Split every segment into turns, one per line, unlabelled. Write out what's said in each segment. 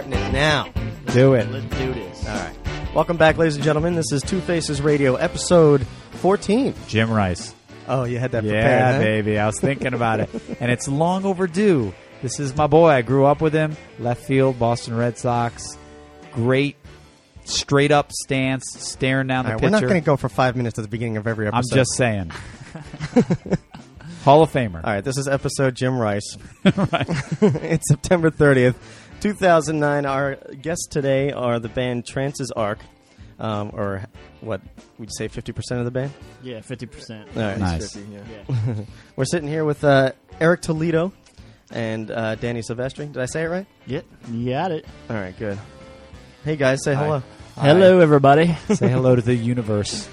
now.
Do it.
Let's do this.
All right. Welcome back, ladies and gentlemen. This is Two Faces Radio, episode 14.
Jim Rice.
Oh, you had that
Yeah,
prepared. huh?
baby. I was thinking about it. And it's long overdue. This is my boy. I grew up with him. Left field, Boston Red Sox. Great straight up stance, staring down
All
the
right, we're
pitcher.
not going to go for five minutes at the beginning of every
I'm
episode.
just saying. Hall of Famer.
All right, this is episode Jim Rice. it's September 30th, 2009. Our guests today are the band Trance's Arc, um, or what, we'd say 50% of the band?
Yeah, fifty percent.
All right.
Nice.
Yeah.
We're sitting here with uh, Eric Toledo and uh, Danny Silvestri. Did I say it right?
yeah. You got it.
All right, good. Hey, guys, say
Hi.
hello.
Hello, everybody.
Say hello to the universe.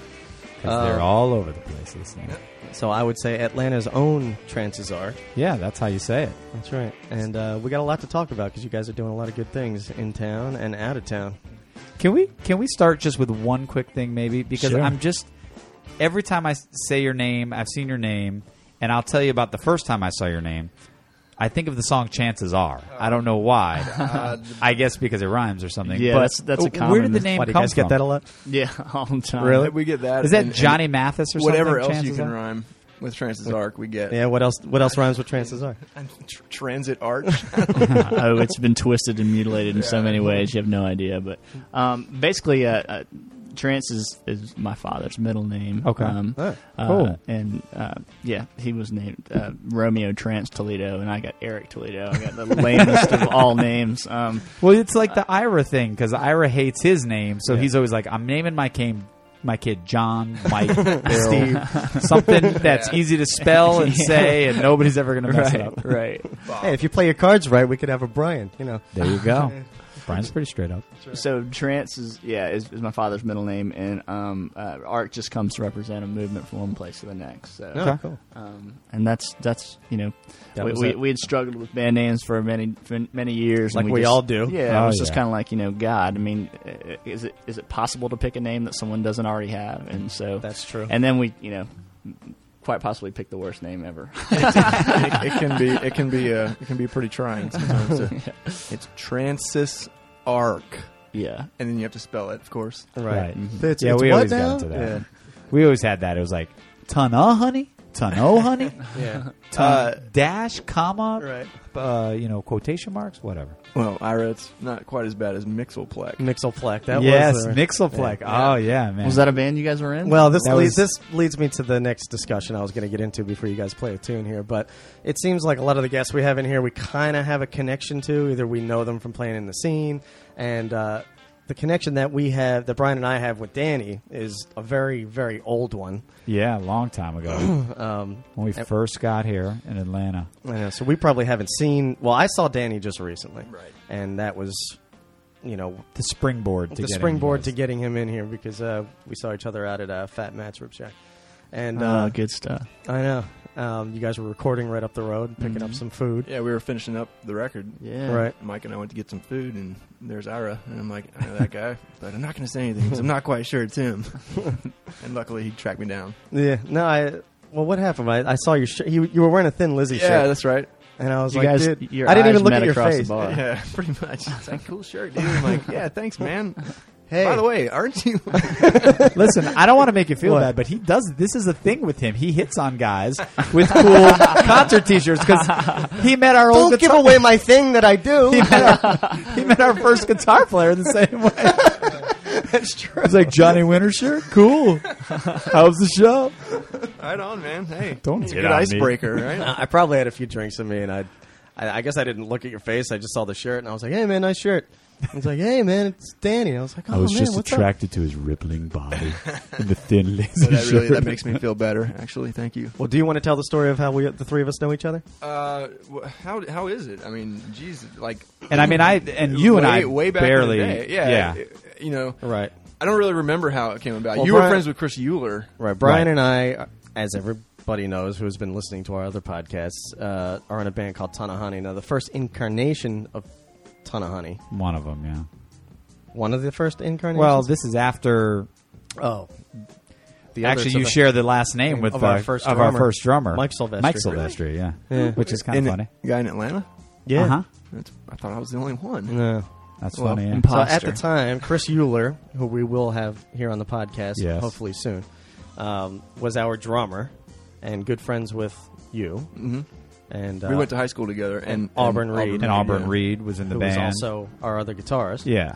'Cause
Uh,
they're all over the place listening.
So I would say Atlanta's own Trances Arc.
Yeah, that's how you say it.
That's right. And uh, we got a lot to talk about because you guys are doing a lot of good things in town and out of town.
Can we can we start just with one quick thing maybe because
Sure.
I'm just every time I s- say your name, I've seen your name, and I'll tell you about the first time I saw your name. I think of the song "Chances Are." I don't know why. I guess because it rhymes or something.
Yeah,
but
that's- that's a
Where
common-
did the name
Why do you
come
guys
from?
get that a lot?
yeah, all the time.
Really?
We get that.
Is that
and- and
Johnny Mathis or
whatever
something?
else you
Chances
can
Are?
rhyme with Transit Arc? We get
Yeah. What else? What else rhymes with Trances Arc?
Tr- Transit Arc.
oh, it's been twisted and mutilated in so many ways. You have no idea. But um, basically, uh, uh, Trance is, is my father's middle name.
Okay.
Um,
Oh,
uh,
cool.
and uh, yeah, he was named uh, Romeo Trance Toledo, and I got Eric Toledo. I got the lamest of all names. Um,
Well, it's like
Uh,
the Ira thing because Ira hates his name, so he's always like, "I'm naming my kid, my kid John, Mike, Steve, something that's easy to spell and say, and nobody's ever going to mess it up."
right.
Hey, if you play your cards right, we could have a Brian. You know.
There you go. Brian's pretty straight up.
So Trance is yeah is, is my father's middle name, and um, uh, Arc just comes to represent a movement from one place to the next. So.
Oh, cool.
Um, and that's that's you know
That
we,
was
we,
it.
we had struggled with band names for many for many years,
Like
and
we
just-
all do.
Yeah,
Oh,
it was just
yeah.
kind of like you know, God. I mean, uh, is it is it possible to pick a name that someone doesn't already have? And so
That's true.
And then we you know quite possibly picked the worst name ever.
it, it can be. It can be. Uh, it can be pretty trying sometimes. So It's Transit Arc,
yeah,
and then you have to spell it, of course.
Right.
Right.
It's-
yeah,
it's
we
what
always
now?
got into that. We always had that. It was like ton of honey, ton of honey,
Yeah. yeah.
ton
Uh,
dash comma,
Right.
uh, you know, quotation marks, whatever.
Well, Ira, it's not quite as bad as Mixelplex.
Mixelplex. That
yes,
was. the-
Mixelplex.
Yeah.
Oh yeah, man.
was that a band you guys were in?
Well, this
That
leads,
was-
this leads me to the next discussion I was going to get into before you guys play a tune here. But it seems like a lot of the guests we have in here, we kind of have a connection to. Either we know them from playing in the scene, and uh, the connection that we have, that Brian and I have with Danny, is a very, very old one.
yeah, a long time ago
Um,
when we first got here in Atlanta.
I know, so we probably haven't seen. Well, I saw Danny just recently,
Right.
And that was, you know,
The springboard. To
the
get in,
springboard to
you guys.
getting him in here because uh, we saw each other out at uh, Fat Matt's Rib Shack, and.
Ah,
uh,
Uh,
good stuff.
I know. Um, you guys were recording right up the road, picking up some food.
Yeah, we were finishing up the record.
Yeah,
Right.
Mike and I went to get some food, and there's Ira, and I'm like, I know that guy, but I'm not going to say anything 'cause I'm not quite sure it's him. and luckily, he tracked me down.
Yeah. No, I. Well, what happened? I, I saw your shirt. You, you were wearing a thin Lizzy
Yeah,
shirt,
that's right.
and I was
You
like,
guys,
dude,
your
I didn't
eyes
even look
met
at your
across
face.
the bar.
Yeah, pretty much. It's like, cool shirt, dude. I'm like, yeah, thanks, man.
Hey,
By the way, aren't you?
Listen, I don't want to make you feel
What?
bad, but he does. This is a thing with him. He hits on guys with cool concert T-shirts because he met our old
don't give
guitar.
away my thing that I do.
he, met our, he met our first guitar player the same way.
That's true.
It's like Johnny Winter shirt. Cool. How's the show?
Right on, man. Hey,
Don't
it's a
get
good
on me.
icebreaker, right?
I probably had a few drinks in me, and I, I, I guess I didn't look at your face. I just saw the shirt, and I was like, hey man, nice shirt. He's like, hey man, it's Danny. I was like, oh man, what's up?
to his rippling body and the thin lazy
So that really that makes me feel better. Actually, thank you.
Well, do you want to tell the story of how we the three of us know each other?
Uh, wh- how how is it? I mean, geez, like,
And I mean, I and you and
way,
I
way back in the
barely.
day. Yeah, you know,
Right.
I don't really remember how it came about.
Well,
you were
Brian-
friends with Chris Euler,
Right. Brian
Right.
and I, as everybody knows who has been listening to our other podcasts, uh, are in a band called Tanahani. Now, the first incarnation of Tanahani,
one of them. Yeah.
one of the first incarnations.
Well, this is after.
oh, the other-
Actually,
so
you
the-
share the last name with
Of
the-
our first
of our
drummer.
first drummer,
Mike Silvestri.
Mike Silvestri, yeah.
Yeah.
which is kind
And
of
the
funny.
guy in Atlanta.
yeah.
Uh-huh.
That's, I thought I was the only one.
No.
That's
Well,
funny. Yeah.
impo-
So at
Imposter.
the time, Chris Euler, who we will have here on the podcast
Yes.
hopefully soon, um, was our drummer and good friends with you.
Mm-hmm.
hmm
And uh,
we went to high school together, and, and
Auburn Reed.
And Auburn
yeah.
Reed was in the
who was
band.
also our other guitarist.
yeah.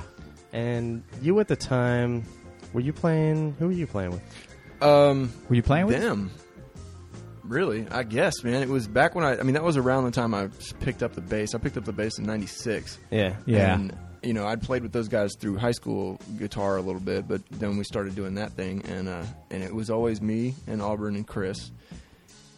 And you at the time, were you playing? Who were you playing with?
Um,
Were you playing with?
them. Really, I guess, man. It was back when I. I mean, that was around the time I picked up the bass. I picked up the bass in '96.
Yeah,
Yeah.
And, you know, I'd played with those guys through high school guitar a little bit, but then we started doing that thing, and uh, and it was always me and Auburn and Chris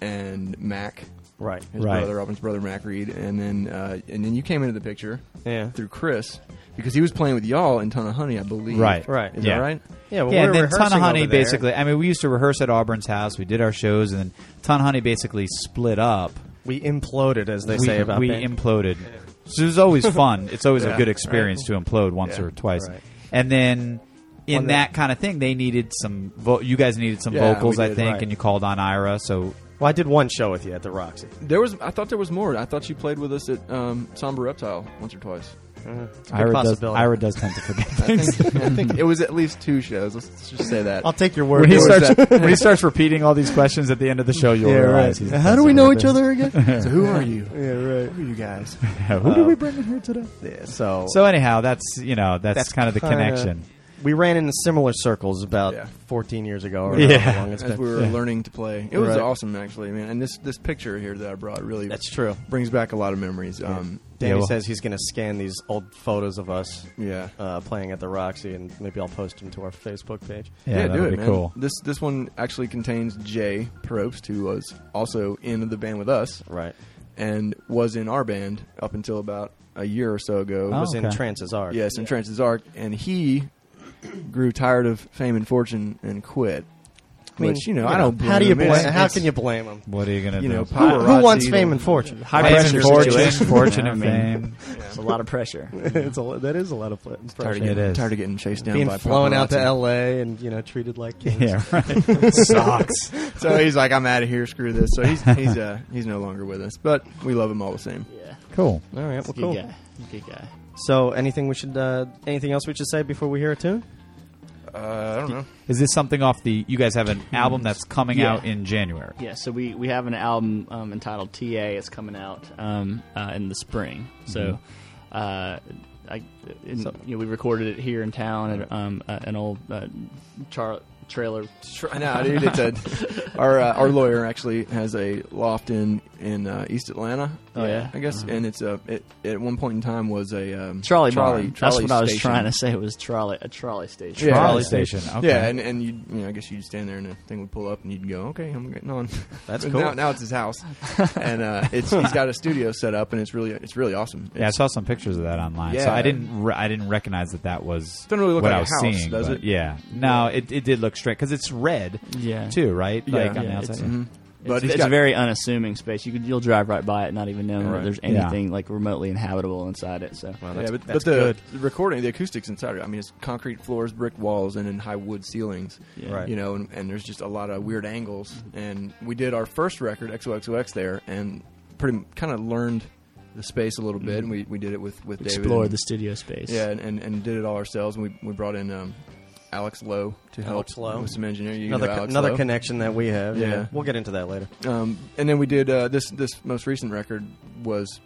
and Mac,
right.
his
Right.
brother, Auburn's brother Mac Reed, and then uh, and then you came into the picture
Yeah,
through Chris because he was playing with y'all in Ton of Honey, I believe.
Right.
right.
Is
Yeah.
that right?
Yeah, well,
yeah,
we
and
were
then Ton
rehearsing
of Honey
over there.
basically. I mean, we used to rehearse at Auburn's house. We did our shows, and then Ton of Honey basically split up.
we imploded, as they
we,
say about
we
bands.
imploded. So it was always fun. It's always a
Yeah,
good experience to implode once
Yeah,
or twice.
right.
And then in
One
that kind of thing, they needed some. Vo- you guys needed some
Yeah,
vocals,
we
I
did,
think,
right.
and you called on Ira. So
well, I did one show with you at the Roxy.
There was. I thought there was more. I thought you played with us at um, Somber Reptile once or twice.
It's a good
Ira does,
possibility.
Ira does tend to forget
I
things.
think, I think it was at least two shows. Let's just say that.
I'll take your
When
word.
he,
for it.
starts, when he starts repeating all these questions at the end of the show, you'll
Yeah,
realize
right.
he's.
How do we know each other again?
so who are you?
yeah, right.
Who are you guys?
Who do we bring in here today?
Yeah, so,
So anyhow, that's you know that's,
That's
kind of the
kinda-
connection.
we ran in similar circles about
Yeah.
14 years ago. Or
Yeah.
however long it's
As
been.
we were learning to play, it was
Right.
awesome actually, man. And this this picture here that I brought really
That's true.
brings back a lot of memories. Um,
Danny
Yeah, well-
says he's going to scan these old photos of us
yeah,
uh, playing at the Roxy, and maybe I'll post them to our Facebook page.
Yeah, that
do
would
it,
be
man.
cool.
This this one actually contains Jay Probst, who was also in the band with us
Right.
and was in our band up until about a year or so ago.
Oh,
was in
okay.
Trance's Arc.
Yes, in Trance's Arc, and he grew tired of fame and fortune and quit.
I mean,
which you know, I don't.
How do you
him.
blame?
It's-
How
it's-
can you blame him?
What are you gonna
you
do?
know,
Who,
paparazzi,
who wants
you
fame
know.
and fortune?
High
Fame
pressure
and fortune,
situation.
fortune
Yeah, I
and
mean,
fame.
It's a lot of pressure.
it's a, that is a lot of pl-
Tired
pressure.
of,
It
getting,
is.
tired of getting chased down
Being
by
flown out to
paparazzi.
L.A. and you know treated like kings.
Yeah, right. Socks.
So he's like, I'm out of here. Screw this. So he's he's uh, he's no longer with us, but we love him all the same.
Yeah.
Cool.
All right. Well,
Good
cool.
guy. Good guy.
So, anything we should, uh, anything else we should say before we hear a tune?
Uh, I don't know.
Is this something off the? You guys have an album that's coming
Yeah.
out in January.
Yeah, so we, we have an album um, entitled TA. It's coming out um, uh, in the spring. So,
Mm-hmm.
uh, I, in,
So-
you know, we recorded it here in town at um, uh, an old uh, char- trailer.
Try now, dude. It's a, our uh, our lawyer actually has a loft in in uh, East Atlanta.
Oh, yeah?
I
Uh-huh.
guess. And it's a it, at one point in time was a um,
Trolley,
trolley,
barn. That's
trolley
what I was
station.
trying to say. It was trolley, a trolley station.
Yeah.
Trolley
Trolley
station. Okay.
Yeah, and, and you you know I guess you'd stand there and the thing would pull up and you'd go, okay, I'm getting on.
That's
And
cool.
Now, now it's his house, and uh, it's he's got a studio set up, and it's really it's really awesome.
yeah, I
It's-
saw some pictures of that online. So
Yeah.
I didn't, re- I didn't recognize that that was
Doesn't really look
what
like
I
a
was
house,
seeing.
does
but
it?
Yeah, no, it, it did look straight because it's red
Yeah.
too, right?
Yeah.
Like on the
Yeah,
outside.
it's-
Mhm.
But it's,
he's
it's
got-
a very unassuming space. You could you'll drive right by it, not even knowing
Right.
that there's
Yeah.
anything like remotely inhabitable inside it. So
yeah, but,
that's
but the,
good.
the recording, the acoustics inside it. I mean, it's concrete floors, brick walls, and then high wood ceilings.
yeah.
Right. Mm-hmm.
You know, and, and there's just a lot of weird angles. And we did our first record, XOXOX, there, and pretty kind of learned the space a little bit.
Mm-hmm.
And we, we did it with with
explore
David.
the studio space.
yeah, and, and, and did it all ourselves. And we, we brought in um, Alex Lowe to help
Alex Lowe.
with some engineering. You
Another
know
co-
Alex
another
Lowe.
connection that we have. Yeah.
Yeah.
we'll get into that later.
Um, and then we did uh, this. This most recent record was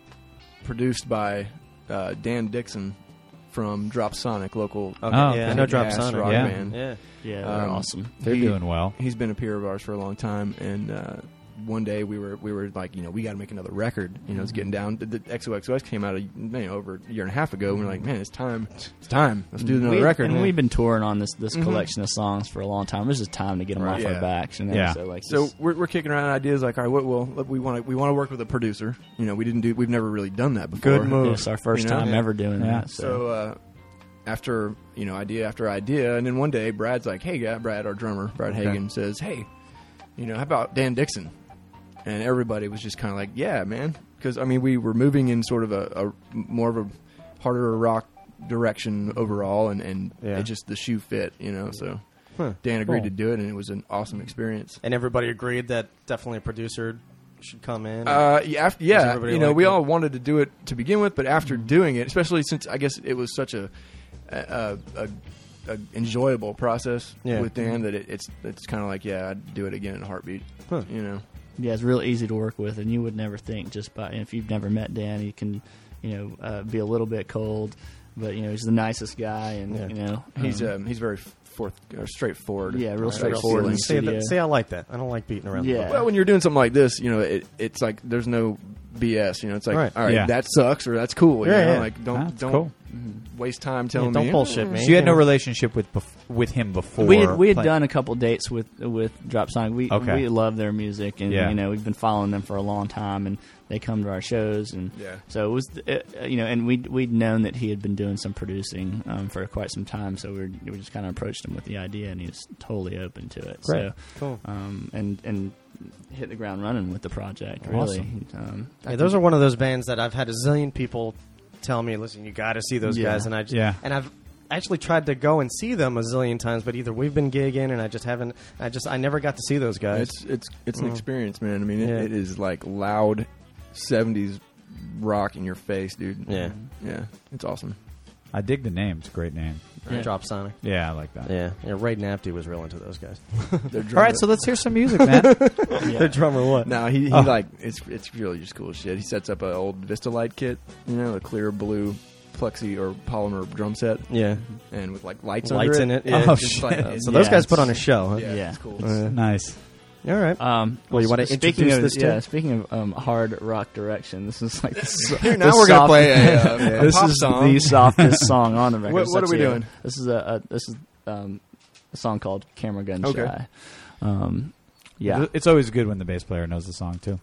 produced by uh, Dan Dixon from Drop Sonic, local.
Okay.
Oh,
yeah,
okay.
I know Drop
Yes,
Sonic.
rock
Yeah.
band.
yeah.
yeah, they're
Um,
awesome.
They're
He-
doing well.
He's been a peer of ours for a long time, and uh, one day we were we were like, you know, we got to make another record. You know, it's getting down. The, the XOXOX came out a, you know, over a year and a half ago, and we're like, man, it's time. It's time. Let's do another
Mm-hmm. We-
record.
and
man.
we've been touring on this this
Mhm.
collection of songs for a long time. This is time to get them
Right.
off
Yeah.
our backs, you know.
Mm-hmm. Yeah.
So like,
So
this-
we're, we're kicking around ideas like, all right, what will look, we want to we want to work with a producer? You know, we didn't do we've never really done that before.
Good move.
it's our first
You know?
time ever doing
Yeah.
that.
So
So,
uh, after you know idea after idea, and then one day Brad's like, "Hey, yeah, Brad, our drummer, Brad
Okay.
Hagen says, hey, you know, how about Dan Dixon?" And everybody was just kind of like, "Yeah, man," because I mean, we were moving in sort of a, a more of a harder rock direction overall, and and
Yeah.
it just the shoe fit, you know. So
Huh.
Dan agreed
Cool.
to do it, and it was an awesome experience.
And everybody agreed that definitely a producer should come in?
Uh, yeah, after, yeah
everybody
you know,
like
we
it? Mm-hmm.
all wanted to do it to begin with, but after doing it, especially since I guess it was such a a, a, a enjoyable process
Yeah. Mm-hmm.
with Dan that it, it's it's kind of like yeah, I'd do it again in a heartbeat.
Huh. Uh-huh.
You know,
Yeah, it's real easy to work with, and you would never think just by if you've never met Dan, he can, you know, uh, be a little bit cold, but you know he's the nicest guy, and
Yeah.
you know
he's
um,
um, he's very forth or straightforward.
Yeah, real
Right.
straightforward.
Feelings.
see,
studio.
that, see, I like that. I don't like beating around.
Yeah.
the
Well, when you're doing something like this, you know, it, it's like there's no BS. You know, it's like
Right.
all right,
Yeah.
that sucks or that's cool. You
Yeah,
know?
yeah.
like
Ah,
don't
that's
don't mm-hmm,
cool.
waste time
bush.
telling
don't
me.
bullshit me.
So you had no relationship with bef- with him before.
we had, we had
playing-
done a couple dates with with Drop Sonic. We
Okay.
we love their music, and
Yeah.
you know we've been following them for a long time, and they come to our shows, and
Yeah.
so it was uh, you know, and we we'd known that he had been doing some producing um, for quite some time, so we, were, we just kind of approached him with the idea, and he was totally open to it.
Great.
So
Cool.
um, and and hit the ground running with the project. Really, um, I
Yeah, those are
think-
one of those bands that I've had a zillion people tell me, "Listen, you got to see those
Yeah.
guys," and I just,
Yeah.
and I've actually tried to go and see them a zillion times, but either we've been gigging and I just haven't. I just I never got to see those guys.
It's it's it's an experience, man. I mean, it,
Yeah.
it is like loud '70s rock in your face, dude.
Yeah.
yeah, it's awesome.
I dig the name. It's a great name.
Yeah.
Drop Sonic.
Yeah, I like that.
Yeah, yeah. Ray Nafty was real into those guys.
They're
All right, so let's hear some music, man.
Um, yeah.
The drummer, what?
no, he, he
Oh.
like it's it's really just cool shit. He sets up an old Vista Light kit, you know, a clear blue plexi or polymer drum set,
Yeah.
and with like lights
Lights
under
in it,
it.
yeah.
Oh,
It's just like-
shit.
it's-
So those
Yeah,
guys put
it's-
on a show. Huh?
yeah,
Yeah.
it's cool.
Uh,
nice.
all right.
Uh,
Um,
Well, you wanna
speaking
introduce
of,
this to-
yeah, speaking of um, hard rock direction, this is like the, so-
Dude,
the
now we're gonna
soft-
play a, uh, a
this
pop
is
song.
the softest song on the record.
What-
It's
what are we
actually a-
doing?
This is a, a this is um, a song called "Camera Gun Shy."
Okay.
Um, yeah,
It's always good when the bass player knows the song too.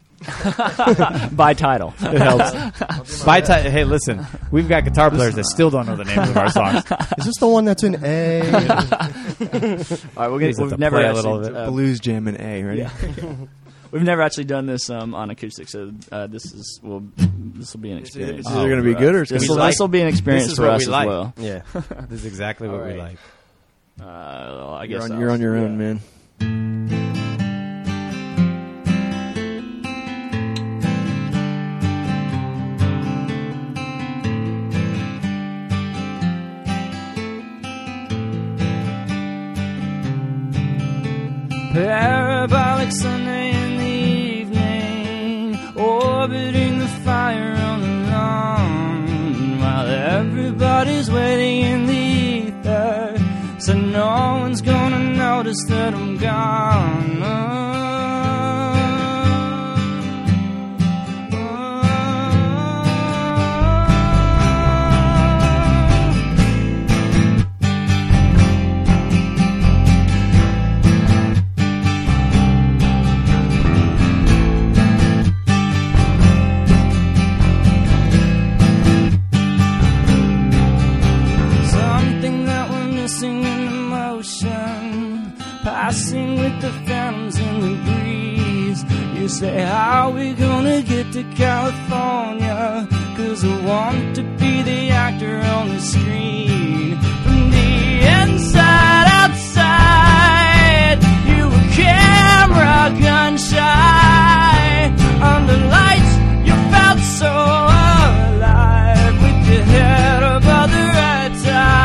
by title.
It helps. By ti- hey, listen, we've got guitar players that still don't know the names of our songs.
Is this the one that's in A?
All right, we're gonna,
Please have
we've
to
never
play a
actually,
little bit.
uh,
Blues Jam and A, right?
yeah. We've never actually done this um, on acoustic, so uh, this is will this will be an
It's either-
experience.
it's either gonna be good or it's
this
gonna
will
be like-
this will be an experience
is
for
what
us
we
as
like.
well.
yeah.
This is exactly what
All
we
right.
like.
Uh, well, I
You're
guess
on,
I'll-
you're on your own,
yeah.
man.
Parabolic Sunday in the evening, orbiting the fire on the lawn, while everybody's waiting in the ether, so no one's gonna notice that I'm gone. Oh, oh, oh. Something that we're missing in the motion, passing with the phantoms in the breeze. You say, How we gonna get to California? Cause I want to be the actor on the screen. From the inside, outside, you were camera gun shy. Under lights, you felt so alive with your head above the right time.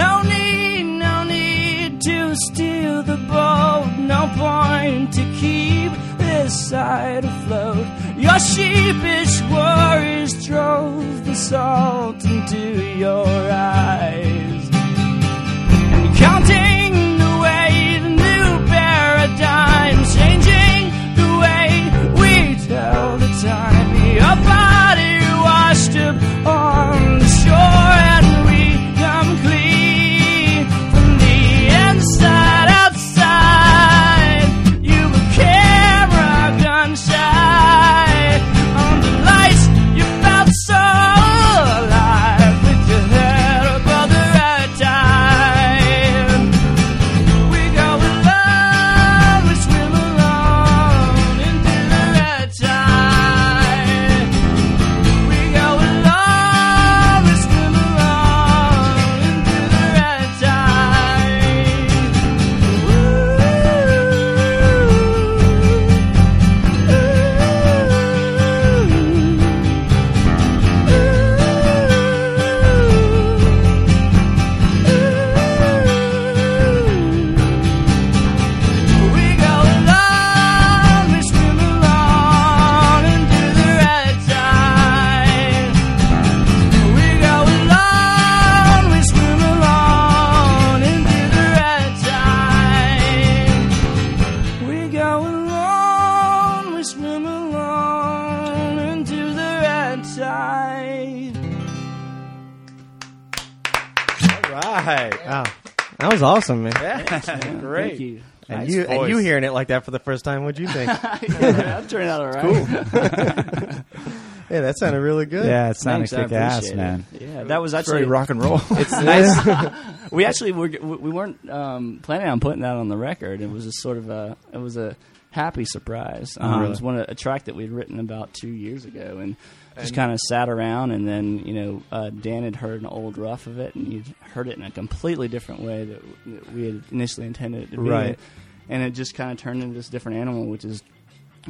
No need, no need to steal the boat. No point to keep this side afloat. Your sheepish worries drove the salt into your eyes. And counting the way the new paradigm, changing the way we tell the time. Your body washed up on the shore, and we come clean from the inside outside. You were camera gun shy on the lights. You felt so alive with your head above.
right.
Wow. That was awesome, man.
Great.
Thank you.
and
nice
you and you
voice.
hearing it like that for the first time, what'd you think? yeah,
yeah, that turned out all right. Cool.
that sounded really good.
Yeah, it sounded kick ass, man.
Yeah, that was actually
very rock and roll.
It's nice. we actually were, we weren't um, planning on putting that on the record. It was just sort of a it was a happy surprise. Um, It was one a track that we'd written about two years ago, and just kind of sat around. And then you know uh, Dan had heard an old rough of it, and he'd heard it in a completely different way that, that we had initially intended it to be.
Right.
And it just kind of turned into this different animal, which is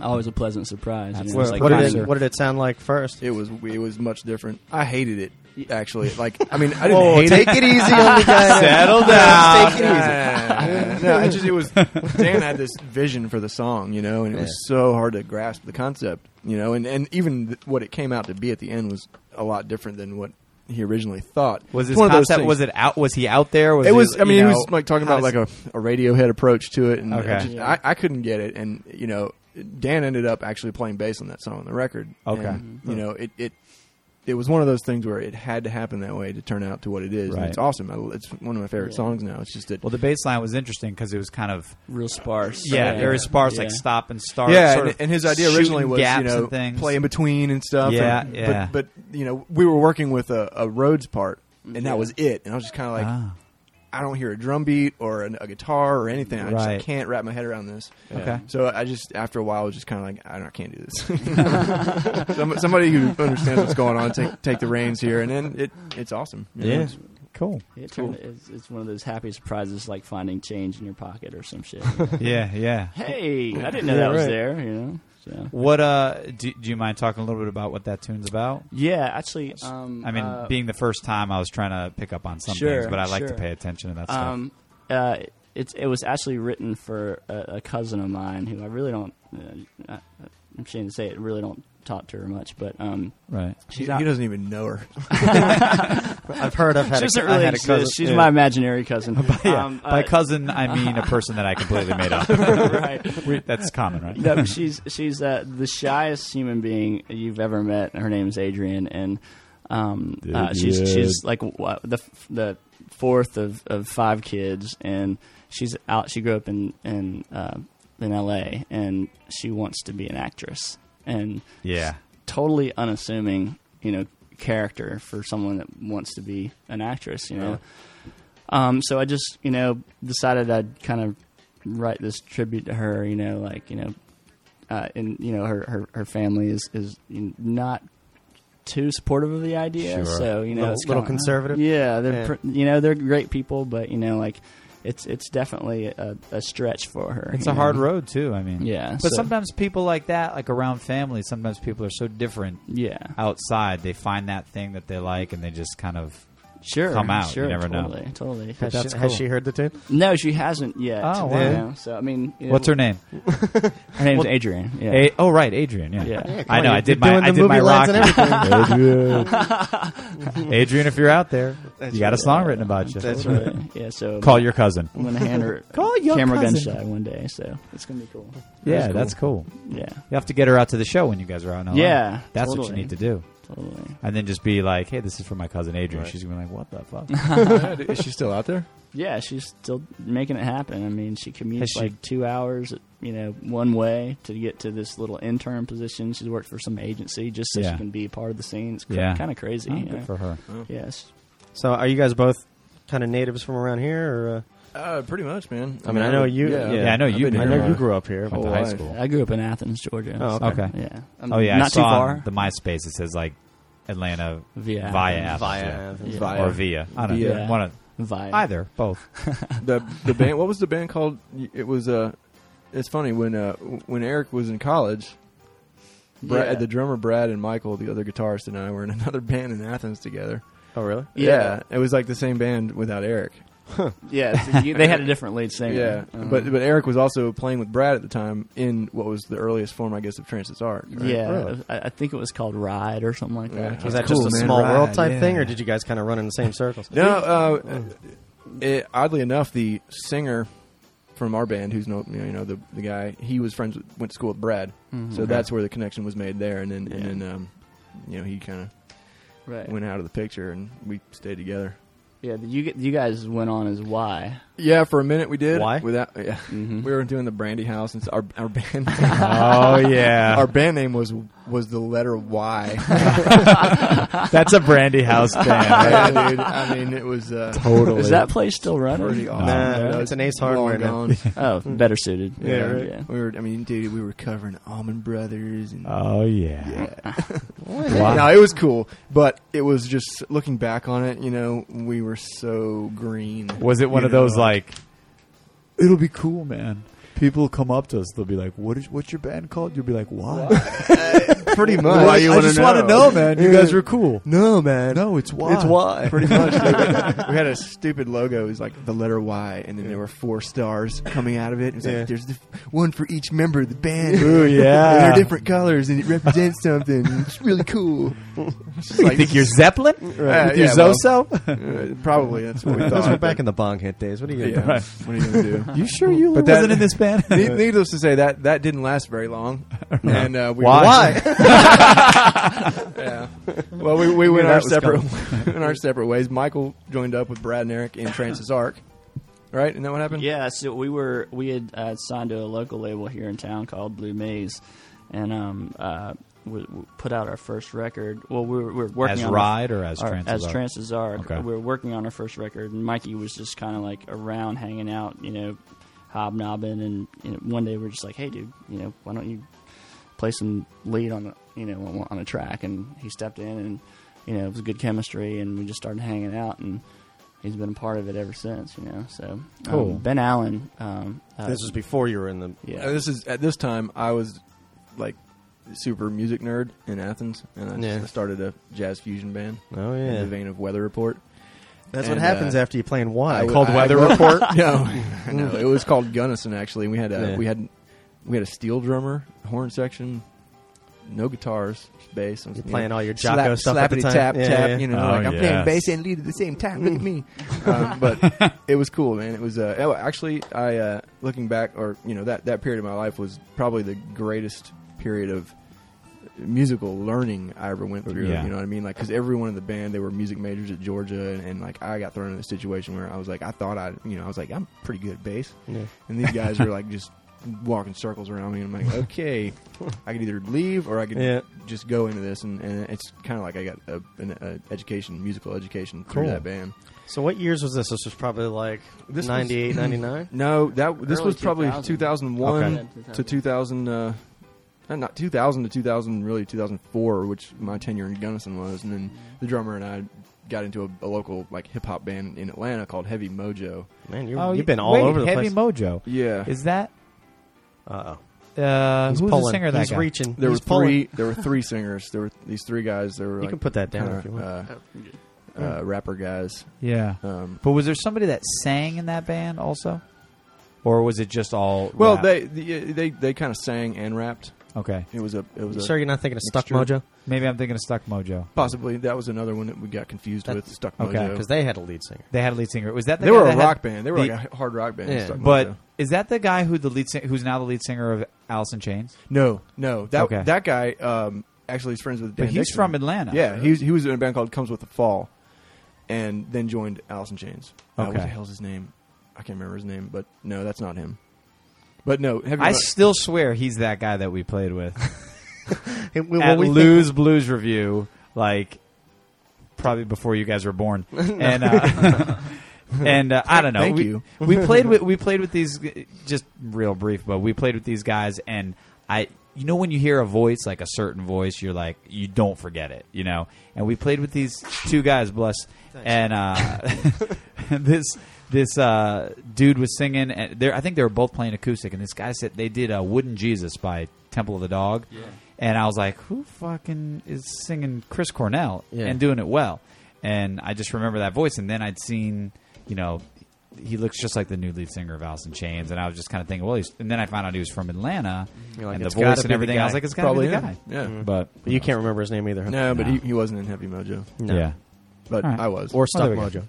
always a pleasant surprise. You know,
What,
it's like
what did
finding-
it, what did it sound like first?
it was it was much different. I hated it actually. Like I mean, I didn't
Whoa,
hate
Oh, take
it.
it easy on the guy.
Settle
down. Take it easy.
Yeah. no, it just it was Dan had this vision for the song, you know, and it was so hard to grasp the concept, you know, and and even th- what it came out to be at the end was a lot different than what he originally thought.
Was
It's
his
one of those
concept?
things-
Was it out? Was he out there? Was
It was. I
you
mean, he
know,
was like talking about like a, a Radiohead approach to it, and
Okay.
I, just- I, I couldn't get it. And you know, Dan ended up actually playing bass on that song on the record.
Okay.
And, you know, it it it was one of those things where it had to happen that way to turn out to what it is. And
Right.
it's awesome. I, it's one of my favorite songs now. It's just that.
Well, the bass line was interesting because it was kind of
real sparse.
yeah, very sparse,
Yeah.
like stop and start.
yeah,
sort
and,
of
and his idea originally
shooting
was
gaps
you know
and things.
play in between and stuff.
Yeah,
and-
yeah.
But, but you know, we were working with a, a Rhodes part, and that was it. And I was just kind of like,
Ah,
I don't hear a drum beat or an, a guitar or anything. I just I
Right.
can't wrap my head around this.
Okay.
So I just after a while I was just kind of like I, don't, I can't do this. Some, somebody who understands what's going on take take the reins here, and then it it's awesome. you know?
Yeah.
It's-
cool.
It turned, it's, it's one of those happy surprises, like finding change in your pocket or some shit.
yeah, yeah.
hey, I didn't know
Yeah,
that was
right.
there. You know. So.
What uh? Do, do you mind talking a little bit about what that tune's about?
Yeah, actually. Um,
I mean,
uh,
being the first time, I was trying to pick up on some
Sure,
things, but I like to
sure.
pay attention to that stuff.
um, uh, it's it was actually written for a, a cousin of mine who I really don't. Uh, I, I'm ashamed to say it. Really don't talk to her much, but um,
right.
she's
he,
not.
he doesn't even know her.
I've heard I've had
she
a,
doesn't
I
really
had a cousin.
exist. She's my imaginary cousin.
Yeah.
um,
By
uh,
cousin, I mean a person that I completely made up.
right.
That's common, right?
no, she's she's uh, the shyest human being you've ever met. Her name's Adrian, and um, uh, she's she's like wha- the the fourth of, of five kids, and she's out. She grew up in in uh, in L.A. and she wants to be an actress, and
Yeah.
totally unassuming, you know, character for someone that wants to be an actress, you know. Um, so I just, you know, decided I'd kind of write this tribute to her, you know, like, you know, uh, and you know, her, her, her family is, is not too supportive of the idea.
Sure.
So, you know,
Little-
it's
little
kinda-
conservative?
Yeah. They're,
Yeah.
Pr- you know, they're great people, but you know, like it's, it's definitely a, a stretch for her.
It's
you
a hard
know?
road too. I mean,
Yeah,
But
so-
sometimes people like that, like around family, sometimes people are so different
Yeah.
outside. They find that thing that they like, and they just kind of.
Sure.
come out. You
Sure.
never know.
totally, Totally.
Has,
That's
she, has
cool.
she heard the tune?
No, she hasn't yet.
Oh,
you
wow.
know, So I mean, you know,
What's her name?
Her name's Adrian. Yeah.
A- oh, right, Adrian. Yeah,
Yeah. Yeah, come
I know.
on,
I
you're
did my
doing
I
the
did my
movie
rock.
lines and
Adrian. Adrian, if you're out there, you got a song written about you.
That's right.
But, yeah. So
Call your cousin.
I'm gonna hand her
Call your
camera gun
cousin.
shy one day. So it's gonna be cool.
Yeah, that's cool.
Yeah.
You have to get her out to the show when you guys are out. In LA.
Yeah,
that's what you
totally.
need to do.
Totally.
And then just be like, "Hey, this is for my cousin Adrian." She's gonna be like, "What the fuck?"
Is she still out there?
Yeah. She's still making it happen. I mean, she commutes
Has she-
like two hours, you know, one way to get to this little intern position. She's worked for some agency just so
Yeah.
she can be part of the scene. It's
Yeah.
kind of crazy.
Oh,
you
good
know?
for her.
yes.
So, are you guys both kind of natives from around here? Or,
Uh, pretty much, man.
I mean, I know you- yeah.
Yeah, I know
I've
you
been
uh,
Yeah.
I
here
know
my
you grew up here.
Went
whole
to high
life.
school.
Oh, I grew up in Athens, Georgia.
Oh,
so,
okay.
Yeah. I'm
Oh yeah, I
Not too
saw on
far.
The MySpace it says like Atlanta
Via
via
Athens.
Athens, yeah.
Athens.
Via.
or via. I don't
Via.
know. One of
Vibe.
either, both.
the the band. What was the band called? It was uh, it's funny when uh when Eric was in college. Brad,
Yeah.
the drummer Brad and Michael, the other guitarist, and I were in another band in Athens together.
Oh, really?
Yeah.
it was like the same band without Eric.
Yeah, so you- they had a different lead singer.
Yeah,
Uh,
but but Eric was also playing with Brad at the time in what was the earliest form, I guess, of Trance's Arc. right?
yeah, I, I think it was called Ride or something like that.
Yeah.
Was
It's
that
cool,
just a
man.
small
Right,
world type
yeah.
thing, or did you guys kind of run in the same circles?
No, uh, it, oddly enough, the singer from our band, who's no, you know the the guy, he was friends with, went to school with Brad, Mm-hmm. so that's where the connection was made there, and then
Mm-hmm. Yeah.
and then um, you know he kind of
Right.
went out of the picture, and we stayed together.
Yeah, you get- you guys went on as why.
Yeah, for a minute we did.
Why?
Without, yeah.
Mm-hmm.
We were doing the Brandy House, and so our our band
Oh yeah,
our band name was was the letter Y.
that's a Brandy House band.
Yeah, dude. I mean, it was uh,
totally.
Is that place still running?
pretty awesome.
Nah,
Yeah,
it's
was
an Ace
long
Hardware now.
gone.
Oh, better suited. Yeah,
right.
We were, I mean, dude, we were covering Almond Brothers, and
Oh yeah.
Wow.
Wow.
No, it was cool, but it was just looking back on it. You know, we were so green.
Was it one
You
of those
know?
like? It'll be cool, man. People will come up to us. They'll be like, "What is what's your band called?" You'll be like, "Why?"
pretty much?
Well, I, I just want to know, man. You guys were cool.
No, man.
No, it's why.
why.
Pretty much. dude. we had a stupid logo. It was like the letter Y, and then there were four stars coming out of it. It was
Yeah.
like there's the, one for each member of the band.
Ooh,
And they're
yeah.
different colors, and it represents something. It's really cool. It's just
You think you're Zeppelin
Yeah,
with your
yeah, well,
Zoso?
uh, probably that's what we thought.
uh, Those were back in the bong hit days. What are you
Yeah,
gonna do?
Right.
What are you gonna do?
you sure you
But
wasn't
that-
in this band?
Need- Needless to say, that that didn't last very long, and uh, we
Why?
yeah. Well, we, we went
that
our
was
separate went our separate ways. Michael joined up with Brad and Eric in Trance's Arc, right? Isn't that what happened?
Yeah, so we were we had uh, signed to a local label here in town called Blue Maze, and um, uh, we, we put out our first record. Well, we were, we were working
As
on
Ride or as Trans
as
Azar?
Trances Arc.
Okay.
We were working on our first record, and Mikey was just kind of like around, hanging out, you know, hobnobbing, and you know, one day we are just like, "Hey, dude, you know, why don't you play some lead on the you know on- on a track?" And he stepped in, and you know, it was good chemistry, and we just started hanging out and. He's been a part of it ever since, you know. So um,
Cool.
Ben Allen. Um, uh,
This was before you were in the.
yeah.
Uh, This is at this time I was like super music nerd in Athens, and I
Yeah.
started a jazz fusion band
Oh
in the
yeah.
vein of Weather Report.
That's
And,
what happens
uh,
after you play in Y.
I-
Called
I-
Weather
well,
Report?
no, no, it was called Gunnison. Actually, we had a
Yeah.
we had we had a steel drummer, horn section, no guitars, just bass.
You're playing all your Jocko stuff at the
slappity
time.
tap
Yeah,
tap.
yeah.
You know,
Oh,
like I'm playing
yes.
bass and lead at the same time. Look at me. um, but it was cool, man. It was uh, oh, actually I uh, looking back, or you know that that period of my life was probably the greatest period of musical learning I ever went through.
Yeah.
You know what I mean? Like, because everyone in the band they were music majors at Georgia, and, and like I got thrown in a situation where I was like, I thought I, you know, I was like, I'm pretty good at bass,
Yeah.
and these guys were like just walking circles around me, and I'm like, okay, I could either leave or I could
Yeah.
just go into this, and, and it's kind of like I got a, an a education, musical education through
Cool.
that band.
So what years was this? This was probably like
This was-
98, 99?
No, that this
Early
was probably
2000.
2001
Okay.
to 2000. Uh, not- not 2000 to 2000, really 2004, which my tenure in Gunnison was, and then the drummer and I got into a, a local like hip hop band in Atlanta called Heavy Mojo.
Man, you,
Oh,
you've been all
wait,
over the
Heavy
place.
Mojo.
Yeah,
Is that
Uh oh.
uh,
He's
who's
pulling.
the singer? That
He's
guy?
reaching.
there were
He's pulling.
three. There were three singers. There were these three guys. There were
You
like,
can put that down
kinda,
if you want.
Uh, uh, rapper guys.
Yeah,
Um,
but was there somebody that sang in that band also, or was it just all?
well,
rap?
they they they, they kind of sang and rapped.
okay.
It was a it was
You
a
sure you're not thinking of Stuck
mixture.
Mojo?
Maybe I'm thinking of Stuck Mojo.
possibly that was another one that we got confused
That-
with Stuck
okay,
Mojo.
Because they had a lead singer.
They had a lead singer. Was that the
they
guy
were
that
a
had-
rock band. They were
the-
like a hard rock band.
Yeah.
Stuck
But
Mojo.
is that the guy who the lead sing- who's now the lead singer of Alice in Chains?
no, no, that
Okay.
that guy um, actually is friends with. Dan
But he's
Dixon.
from Atlanta.
Yeah, he was, he was in a band called Comes with the Fall, and then joined Alice in Chains. Uh, what
Okay.
the hell's his name? I can't remember his name, but no, that's not him. But no, have you
I still swear he's that guy that we played with
Hey, well,
at
we think-
Lou's Blues Review, like probably before you guys were born, and uh, and uh, I don't know.
Thank
we,
you.
we played with we played with these just real brief, but we played with these guys, and I you know when you hear a voice like a certain voice, you're like you don't forget it, you know. And we played with these two guys, bless, and uh, this. This uh, dude was singing, and they're- I think they were both playing acoustic. And this guy said they did uh, "Wooden Jesus" by Temple of the Dog, and I was like, "Who fucking is singing Chris Cornell
Yeah.
and doing it well?" And I just remember that voice. And then I'd seen, you know, he looks just like the new lead singer of Alice in Chains, and I was just kind of thinking, well, he's. And then I found out he was from Atlanta,
You're like,
and the
"It's gotta
voice
be
and
the
everything. I was
guy."
like, it's gotta
probably
be the guy.
him. Yeah,
But
But you can't remember his name either. huh?
no, but
No.
He, he wasn't in Heavy Mojo,
No.
yeah,
but
All right.
I was.
Or Stuck
there we go.
Mojo.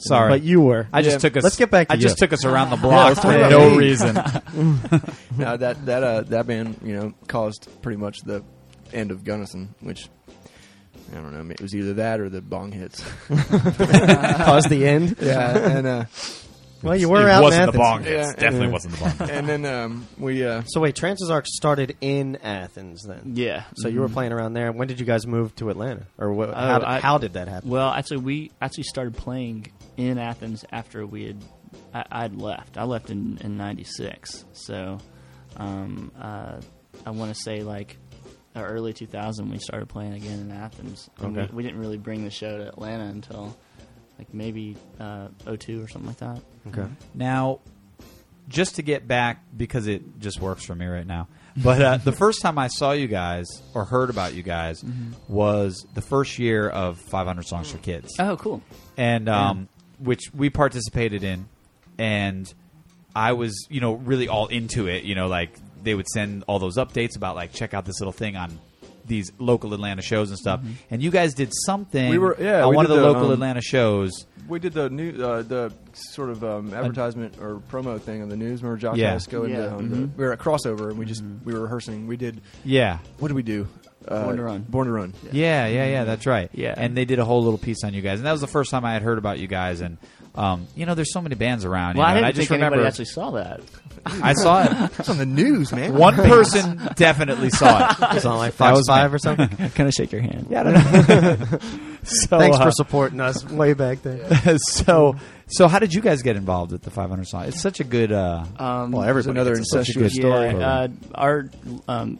sorry,
But you were.
I just
Yeah.
took us.
Let's get back to
I
you.
just took us around the block
let's
for
talk about
no
me.
reason.
no, that that uh, that band, you know, caused pretty much the end of Gunnison, which I don't know. It was either that or the bong hits.
Caused the end.
yeah, and uh,
Well, you were
it
out in
wasn't the
Athens.
bong
Yeah,
hits.
and-
Definitely wasn't the bong hits.
and then um, we uh,
So wait, Trances Arc started in Athens then.
Yeah. Mm-hmm.
So
Mm-hmm.
you were playing around there. When did you guys move to Atlanta, or what, how,
Oh,
did,
I-
how did that happen?
Well, actually, we actually started playing in Athens after we had I, I'd left. I left in in '96, so um, uh, I want to say like uh, early 2000 we started playing again in Athens. And
Okay.
we, we didn't really bring the show to Atlanta until like maybe uh, 02 or something like that.
Okay.
Now, just to get back because it just works for me right now. But uh, the first time I saw you guys or heard about you guys
Mm-hmm.
was the first year of 500 Songs for Kids,
Oh, cool.
and um, which we participated in, and I was you know really all into it. You know, like they would send all those updates about like check out this little thing on these local Atlanta shows and stuff. And you guys did something
Mm-hmm. We were- yeah,
on
we
one of
did
the,
the,
local
um,
Atlanta shows.
we did the new uh, the sort of um, advertisement or promo thing on the news. Remember, Josh
Yeah.
had us go into
Yeah.
on the- we were at crossover and we just we were rehearsing. We did
Yeah,
what did we do? Uh,
Born to Run.
Born to Run.
Yeah, yeah, yeah. That's right.
Mm-hmm. Yeah.
and they did a whole little piece on you guys, and that was the first time I had heard about you guys. And um, you know, there's so many bands around. you
Well, I
know, and I
didn't
just
think anybody
remember
actually saw that.
I saw it.
It's on the news, man.
One person definitely saw it.
It's on like
That
Fox
was me.
Five or something.
Can I shake your hand? Yeah.
So,
Thanks for
uh,
supporting us way back then.
so so. How did you guys get involved with the 500 song? It's such a good. Uh,
Um,
Well, everybody
another
gets such a
incestuous
good story.
Yeah, uh, our um,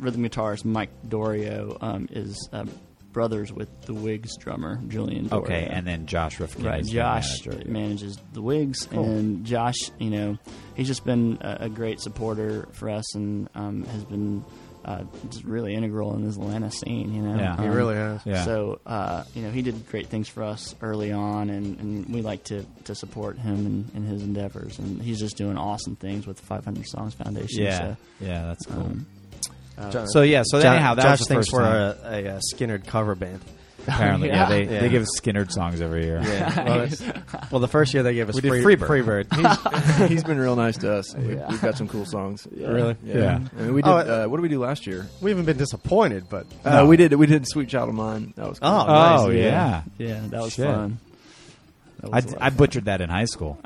rhythm guitarist Mike Dorio um, is uh, brothers with the Wigs drummer Julian. Dorio.
okay, and then Josh Rifkin.
right,
is the
Josh
manager.
manages the Wigs, and Josh, you know, he's just been a, a great supporter for us, and um, has been uh, just really integral in this Atlanta scene. You know,
Yeah. He
Um,
really has.
Yeah.
So uh, you know, he did great things for us early on, and, and we like to, to support him in, in his endeavors. And he's just doing awesome things with the 500 Songs Foundation.
Yeah,
So,
yeah, that's cool.
um,
John-
so yeah, so
John-
anyhow, that
Josh
was the
thinks
first
we're
time.
a, a, uh Skinnerd cover band.
Apparently, yeah,
Yeah.
they,
Yeah.
they give us Skinnerd songs every year.
well, it's- well, the first year they gave us
We did
free,
Freebird.
Freebird.
He's- he's been real nice to us. We've,
Yeah.
we've got some cool songs.
Really?
Yeah.
Yeah.
I mean, we did.
Oh,
uh, what did we do last year?
We haven't been disappointed, but
Uh, we did. We did "Sweet Child of Mine." That was. Cool.
Oh.
Oh
Nice, yeah.
yeah,
yeah, that was
Shit.
fun. That
I,
was a lot
I
of fun.
butchered that in high school.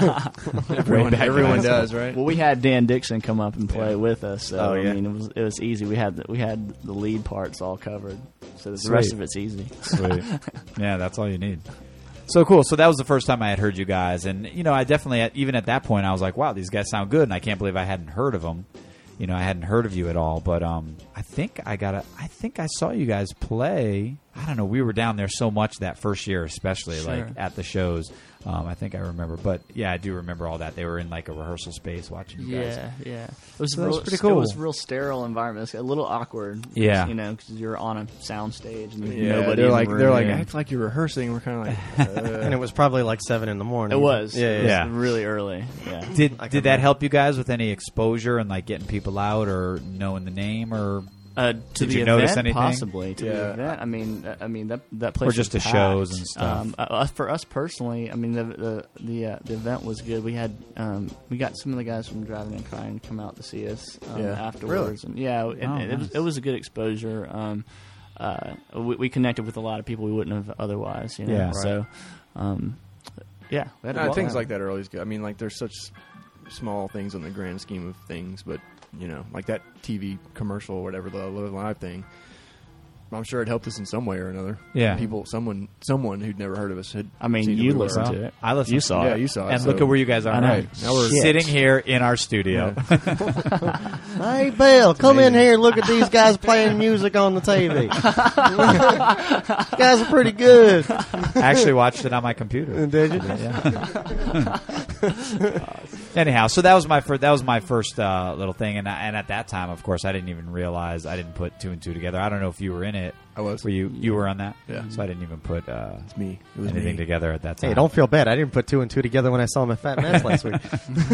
Way
everyone,
back in
everyone
high
does,
school.
right?
Well, we had Dan Dixon come up and play with us. So,
Oh, yeah.
I mean, it was it was easy. We had the, we had the lead parts all covered, so the rest
Sweet.
of it's easy.
Sweet. yeah, that's all you need. So cool. So that was the first time I had heard you guys, and you know, I definitely even at that point I was like, wow, these guys sound good, and I can't believe I hadn't heard of them. You know, I hadn't heard of you at all, but um, I think I got to I think I saw you guys play. I don't know. We were down there so much that first year, especially like at the shows. Um, I think I remember, but yeah, I do remember all that. They were in like a rehearsal space watching you guys.
Yeah, yeah. It was,
that was
real-
pretty
It
cool.
was a real sterile environment. It was a little awkward. 'cause,
Yeah.
you know, because you're on a sound stage and there's
Yeah,
nobody.
they're
in the
like
room.
they're like
yeah.
act like you're rehearsing. We're kind of like, uh,
and it was probably like seven in the morning.
It was.
Yeah, yeah.
It was
yeah.
really early. Yeah.
Did did that help you guys with any exposure and like getting people out or knowing the name or
Uh, to
Did
the
you
event,
notice anything?
possibly to the
Yeah.
event. I mean, uh, I mean that that place
Or just
was
the shows
packed.
and stuff.
Um, uh, uh, for us personally, I mean the the the, uh, the event was good. We had um, we got some of the guys from Driving and Crying to come out to see us um,
Yeah.
afterwards. And yeah, and
Oh,
it, was,
nice.
it was a good exposure. Um, uh, we, we connected with a lot of people we wouldn't have otherwise. You know?
Yeah.
So, um, yeah, we had a
No,
ball.
Uh, things like that are always good. I mean, like there's such small things on the grand scheme of things, but you know, like that TV commercial or whatever the Live Live thing. I'm sure it helped us in some way or another.
Yeah.
people, someone, someone who'd never heard of us had.
I mean,
seen who
you
we were.
listened to it.
I listened.
You saw
Yeah,
it.
you saw it.
And
so-
look at where you guys are
I know.
now.
Right.
Now we're-
Shit.
sitting here in our studio.
Hey, Bill, come in here and look at these guys playing music on the TV. guys are pretty good.
I actually watched it on my computer.
Did you?
Anyhow, so that was my first. That was my first uh, little thing, and I, and at that time, of course, I didn't even realize I didn't put two and two together. I don't know if you were in it.
I was.
Were you? You were on that.
Yeah.
So I didn't even put uh,
It's me. It was
anything
me.
together at that time.
Hey, don't feel bad. I didn't put two and two together when I saw him at Fat Man's last week.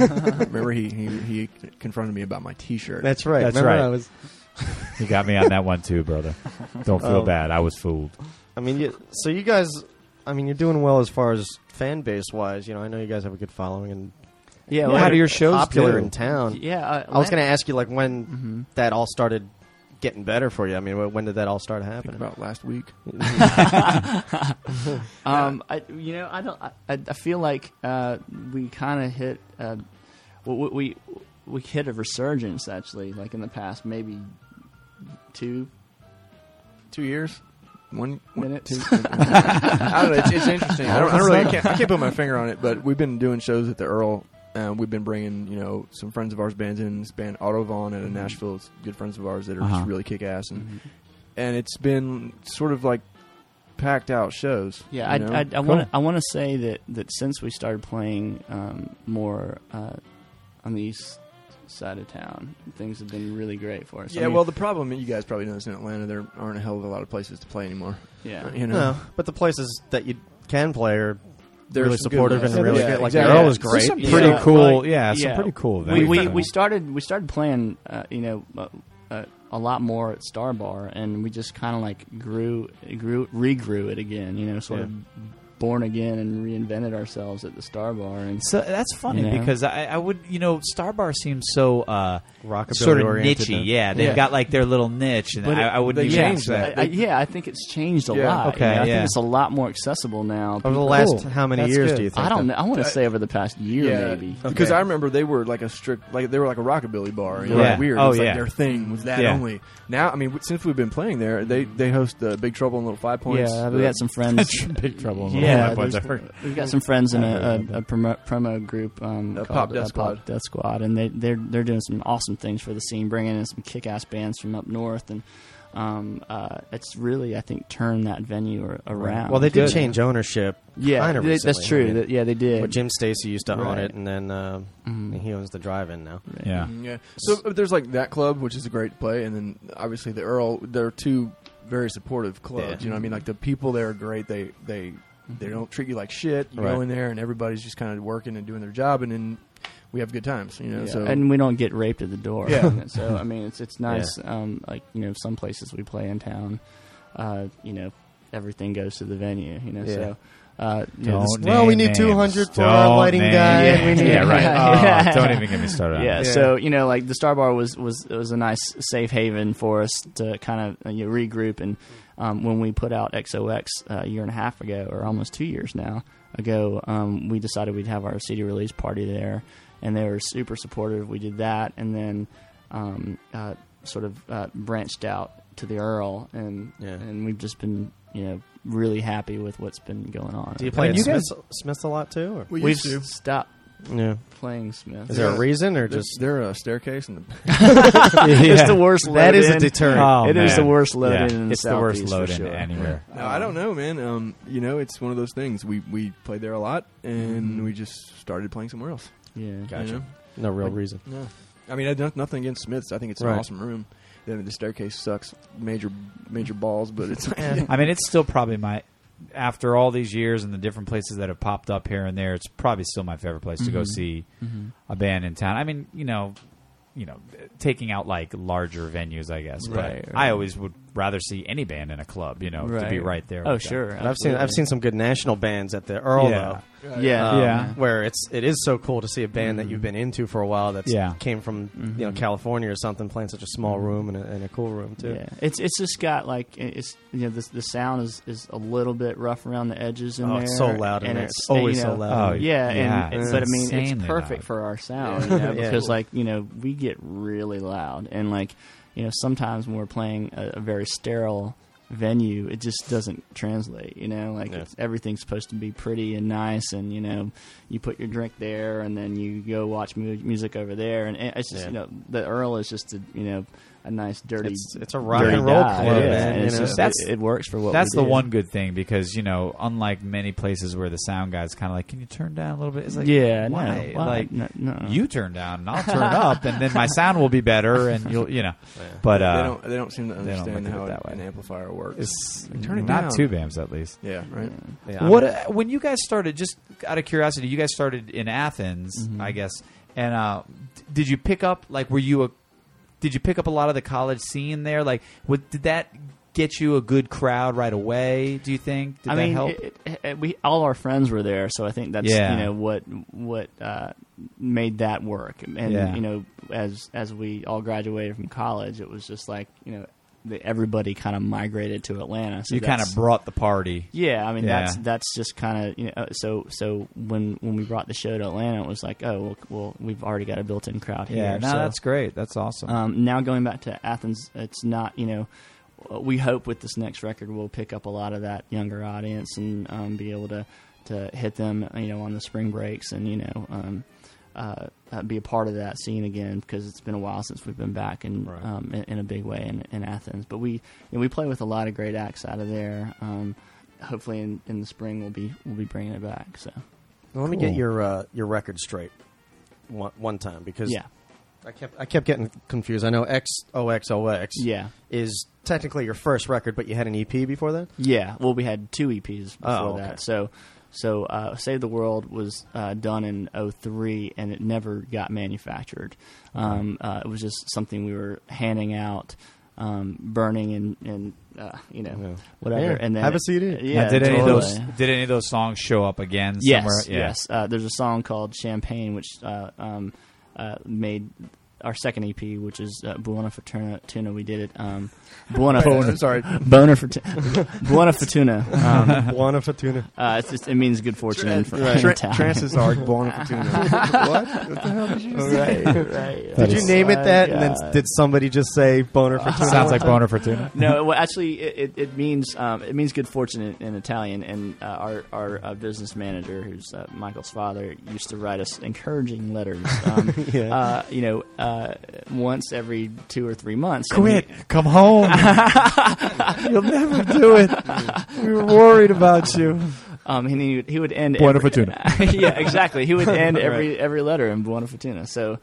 Remember, he, he he confronted me about my T-shirt.
That's right.
That's
Remember
right.
I was.
You got me on that one too, brother. Don't feel
Um,
bad. I was fooled.
I mean, you, so you guys. I mean, you're doing well as far as fan base wise. You know, I know you guys have a good following and
Yeah.
How
well,
do your shows
popular
do?
uh,
in town.
yeah. mm-hmm.
I was going to ask you like when that all started getting better for you. I mean, wh- when did that all start happening?
about last week.
Um, I, you know, I don't. I, I feel like uh, we kind of hit. Uh, we, we we hit a resurgence actually, like in the past maybe two.
Two years. One one-
Minutes.
two- I don't know. It's, it's interesting. I don't, I don't really. I can't, I can't put my finger on it, but we've been doing shows at the Earl. Um, we've been bringing you know some friends of ours bands in this band Autovon out of Nashville. It's good friends of ours that are
Uh-huh.
just really kick ass
Mm-hmm.
and and it's been sort of like packed out shows.
Yeah,
you know?
I, I, I want I want to say that that since we started playing um, more uh, on the east side of town, things have been really great for us. I
yeah,
mean,
well, the problem you guys probably know this in Atlanta, there aren't a hell of a lot of places to play anymore.
yeah.
You know,
No, but the places that you can play are
There's
really
some good
supportive
ones.
and really
Yeah,
good. Like
exactly.
the Earl was
Yeah.
great.
Some
Yeah.
pretty
Yeah.
cool,
Like,
yeah, some
yeah.
pretty cool.
we,
events.
we, we started we started playing uh, you know uh, uh, a lot more at Star Bar, and we just kind of like grew grew regrew it again. You know, sort of born again and reinvented ourselves at the Star Bar. And
So that's funny
You know?
because I, I would, you know, Starbar seems so uh,
Rockabilly
sort of
oriented,
nichey.
huh?
Yeah, they've
Yeah.
got like their little niche, and
But
I,
it-
I wouldn't
they
even
changed
expect-
that.
I, I, yeah, I think it's changed a
Yeah,
lot.
okay,
you know? I
yeah.
think it's a lot more accessible now.
Over the
People-
last
Cool.
how many
That's
years
good.
do you think?
I don't. know.
that-
I want to say over the past year,
Uh, Yeah,
maybe.
because
Okay.
I remember they were like a strict, like they were like a rockabilly bar. You know,
Yeah.
like weird.
Oh,
it's
yeah.
like their thing was that
Yeah.
only. Now, I mean, w- since we've been playing there, they they host uh, Big Trouble in Little Five Points.
Yeah,
uh,
we got some friends.
Big trouble. in Little
yeah,
Five Points, I
there's-
heard.
we've got some friends in a, a, a promo, promo group um,
Uh,
called
Pop Death
uh,
Squad.
Death Squad, and they they're they're doing some awesome things for the scene, bringing in some kick-ass bands from up north, and um, uh, it's really I think turned that venue ar- around.
Well, they did
Good.
change ownership.
Yeah,
kinda
they- that's
recently,
true.
I mean,
that- yeah, they did. Mm-hmm.
But Jim Stacy used to own
Right.
it, and then uh, he owns the drive-in now.
Yeah.
Yeah. So uh, there's like that club, which is a great play, and then obviously the Earl. They're two very supportive clubs.
Yeah.
You know, what I mean, like the people there are great. They they they don't treat you like shit. You
Right.
go in there, and everybody's just kind of working and doing their job, and then we have good times. You know,
Yeah,
so
and we don't get raped at the door.
Yeah.
so I mean, it's it's nice. Um, like you know, some places we play in town, uh, you know, everything goes to the venue. You know,
Yeah.
so. Uh, you know,
Don't
this-
Well, we need
name
200
names.
for our
Don't
lighting
name
guy,
names.
we need-
Yeah, right.
Yeah.
Oh, don't even get me started. on
yeah,
that.
so you know, like the Star Bar was was it was a nice safe haven for us to kind of uh, you know, regroup. And um, when we put out XOX uh, a year and a half ago, or almost two years now ago, um, we decided we'd have our CD release party there, and they were super supportive. We did that, and then um, uh, sort of uh, branched out to the Earl, and
Yeah.
and we've just been you know really happy with what's been going on.
Do you play
mean,
at
you guys-
Smith's, Smith's a lot too? Or?
we
We've
used to.
stopped
Yeah.
playing Smith.
Is there a reason, or
There's,
just
there a staircase and the
It's the worst.
that is a
load-in.
deterrent?
Oh,
It
man.
is the worst load
Yeah.
in the
It's the worst
Southeast for
load in
sure.
anywhere.
No, I don't know, man. Um, you know, it's one of those things. We we played there a lot, and we just started playing somewhere else.
Yeah.
you
Gotcha.
know?
No real reason.
Yeah. I mean, I don't, nothing against Smiths. I think it's
Right.
an awesome room. I mean, the staircase sucks, major major balls, but it's
I mean, it's still probably my after all these years and the different places that have popped up here and there. It's probably still my favorite place to go
Mm-hmm.
see
Mm-hmm.
a band in town. I mean, you know, you know, taking out like larger venues, I guess.
Right,
but
right.
I always would rather see any band in a club. You know, to be right there.
Oh,
with them.
sure.
But I've seen I've seen some good national bands at the Earl
Yeah.
though.
Yeah.
um,
Yeah.
where it's it is so cool to see a band that you've been into for a while that's
Yeah.
came from you know California or something playing such a small room and a, and a cool room too.
Yeah. It's it's just got like it's you know the the sound is, is a little bit rough around the edges in
Oh,
there.
it's so loud in
and
there.
It's,
It's always
you
so
know,
loud.
Oh,
Yeah,
yeah,
and
it's
but I mean it's
insanely
perfect
loud.
for our sound you know,
Yeah.
because
Yeah.
like you know we get really loud and like you know sometimes when we're playing a, a very sterile venue it just doesn't translate you know like
Yeah.
it's, everything's supposed to be pretty and nice and you know you put your drink there and then you go watch mu- music over there and it- it's just
Yeah.
you know the earl is just a you know a nice dirty
It's- it's a rock
dirty
and roll
guy,
club,
yeah,
man,
and
you
it's
know?
just-
That's-
it, it works for what
That's
we
the
do.
one good thing because you know, unlike many places where the sound guy's kind of like, "Can you turn down a little bit?" It's like,
yeah
why?
no, why?
Like,
no, no.
you turn down, and I'll turn up, and then my sound will be better, and you'll, you know. But
they
uh,
don't they don't seem to
don't
understand
look at
how
it that way.
an amplifier works.
it's
Like, turn it
not
down.
two BAMs at least.
yeah, right.
Yeah, I
what
mean,
uh, when you guys started? Just out of curiosity, you guys started in Athens, I guess. And uh, d- did you pick up like were you a? Did you pick up a lot of the college scene there? Like, what did that get you a good crowd right away? Do you think? Did
I
that
mean,
help?
it- it- it- we all our friends were there, so I think that's
Yeah.
you know what what uh, made that work. And
Yeah.
you know, as as we all graduated from college, it was just like you know the, everybody kind of migrated to Atlanta. So
you kind of
that's-
brought the party.
yeah, I mean
Yeah.
that's that's just kind of you know. uh, So so when when we brought the show to Atlanta, it was like, oh well, well we've already got a built-in crowd here.
Yeah, no,
so,
that's great. That's awesome.
um, now going back to Athens, it's not you know. uh, We hope with this next record we'll pick up a lot of that younger audience and um, be able to to hit them you know on the spring breaks and you know um, uh, uh, be a part of that scene again because it's been a while since we've been back in
Right.
um, in, in a big way in, in Athens. But we you know, we play with a lot of great acts out of there. Um, hopefully in, in the spring we'll be we'll be bringing it back. So
Well, let me get
Cool.
your uh, your record straight one, one time because
yeah,
I kept I kept getting confused. I know XOXOX
yeah,
is technically your first record, but you had an EP before that.
Yeah, well, we had two EPs before
Oh, okay.
that. So, so uh, Save the World was uh, done in '03, and it never got manufactured. Um, uh, it was just something we were handing out, um, burning, and, and uh, you know
Yeah.
whatever.
Here,
and then
have a
it-
CD.
Yeah,
now, did any of those
totally.
did any of those songs show up again?
Yes,
somewhere? Yeah.
yes. Uh, there's a song called Champagne, which uh, um, uh, made our second EP, which is uh, Buona Fortuna. Tuna. We did it. Um, Buona
I'm
Fortuna.
sorry.
Boner for Buona Fortuna. Um,
Buona Fortuna.
uh, it's just, it means good fortune in, fr- in
Tra-
Italian.
Trances are born What? What the hell did you just say?
right.
Did you name it that? And then did somebody just say Boner Fortuna?
Sounds like Boner for Tuna.
no, well, actually, it, it, it means um, it means good fortune in, in Italian. And uh, our our uh, business manager, who's uh, Michael's father, used to write us encouraging letters. Um,
Yeah.
uh, you know, uh, once every two or three months. And
Quit. Come home.
You'll never do it. We were worried about you.
he- um, and he would, he would end.
Buona
every-
fortuna.
yeah, exactly. He would end every every letter in Buona Fortuna. So.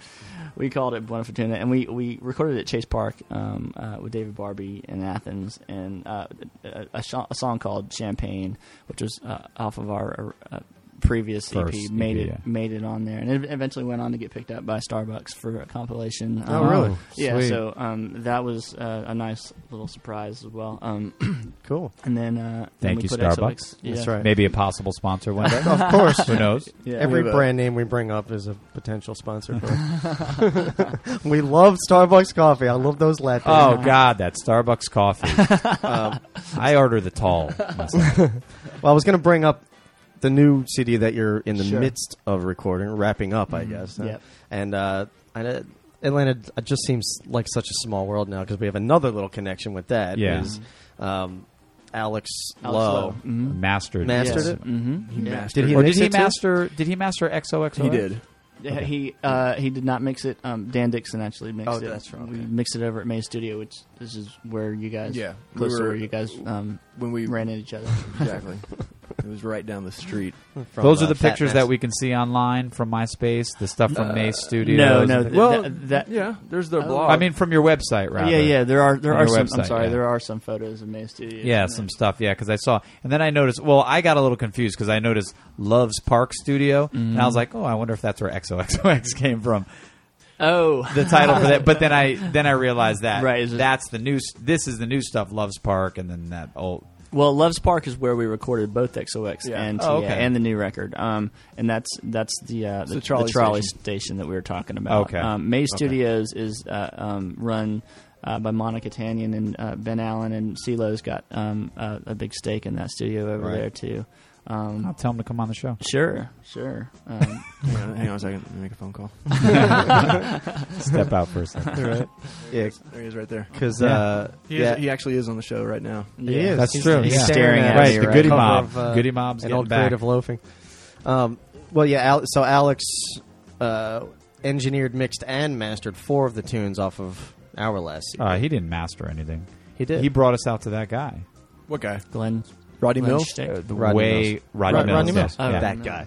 We called it Buona Fortuna, and we, we recorded at Chase Park um, uh, with David Barbie in Athens, and uh, a, a, sho- a song called Champagne, which was uh, off of our uh, previous
First
EP, made
EP,
it
yeah.
made it on there, and it eventually went on to get picked up by Starbucks for a compilation.
Oh,
Um,
really?
Yeah,
Sweet.
so um, that was uh, a nice little surprise as well. Um,
Cool.
and then uh,
Thank
then we
you,
put
Starbucks.
XOX Yeah.
That's right.
Maybe a possible sponsor one day.
Of course.
Who knows?
Yeah.
Every
We have a-
brand name we bring up is a potential sponsor. For us. we love Starbucks coffee. I love those lattes.
Oh God, that Starbucks coffee. Um, I order the tall. myself.
Well, I was going to bring up the new CD that you're in the
Sure.
midst of recording, wrapping up, I guess.
Yep.
And uh, I, know Atlanta d- it just seems like such a small world now because we have another little connection with that.
Yeah.
is, um, Alex,
Mm-hmm. Alex
Lowe.
Lowe. Mhm.
Mastered.
Mastered
Yes.
it?
Mhm.
Mm-hmm. He
Yeah.
mastered
Did he
it.
Or
mix
did he
it too?
master? Did he master XOXO?
He did.
Yeah, He uh, he did not mix it. Um, Dan Dixon actually mixed
Oh,
it.
that's right,
We
okay.
mixed it over at May Studio, which this is where you guys,
Yeah, we
close to
were-
where you guys um,
When we
ran into each other.
exactly, it was right down the street.
From,
Those are
uh,
the
Fat
pictures
Mac.
that we can see online from MySpace. The stuff from Mace Studios.
no, no,
and-
th-
Well,
th- that-
yeah, there's the
Oh.
blog.
I mean from your website, right?
Yeah, yeah. There are there
On
are
your
some. I'm
website,
sorry,
yeah.
there are some photos of May Studio.
Yeah, some stuff. Yeah, because I saw, and then I noticed. Well, I got a little confused because I noticed Love's Park Studio, and I was like, oh, I wonder if that's where XOXOX came from.
Oh,
The title for that, but then I then I realized that
Right, it's just-
that's the new. s- This is the new stuff, Love's Park, and then that old.
Well, Love's Park is where we recorded both XOX
Yeah.
and
Oh,
TA
okay.
and the new record. Um, and that's that's the uh, the,
the trolley
the trolley
station.
station. that we were talking about.
Okay.
Um, May Studios is uh, um, run. Uh, by Monica Tanyan and uh, Ben Allen and CeeLo's got um, uh, a big stake in that studio over
Right.
there too. Um,
I'll tell him to come on the show.
sure, sure. Um,
hang on, hang on a second. Let me make a phone call.
Step out for a second.
Yeah,
There he is, right there.
because
Yeah.
uh,
He, is,
yeah,
he actually is on the show right now.
yeah.
is.
That's
He's-
true.
he's
yeah.
staring at
right,
me
the
right
Goody
now.
Mob.
Cover of, uh,
Goody Mob's
an
getting
old
back.
creative loafing. Um, well, yeah. Al- so Alex uh, engineered, mixed, and mastered four of the tunes off of our last. CD.
Uh, he didn't master anything.
he did.
He brought us out to that guy.
What guy?
Glenn,
Rodney
Glenn
Mills.
Steck.
The
Rodney
way
Mills.
Rodney
Rod-
Mills.
Rodney
yes.
Mills.
Yeah.
Oh,
that guy.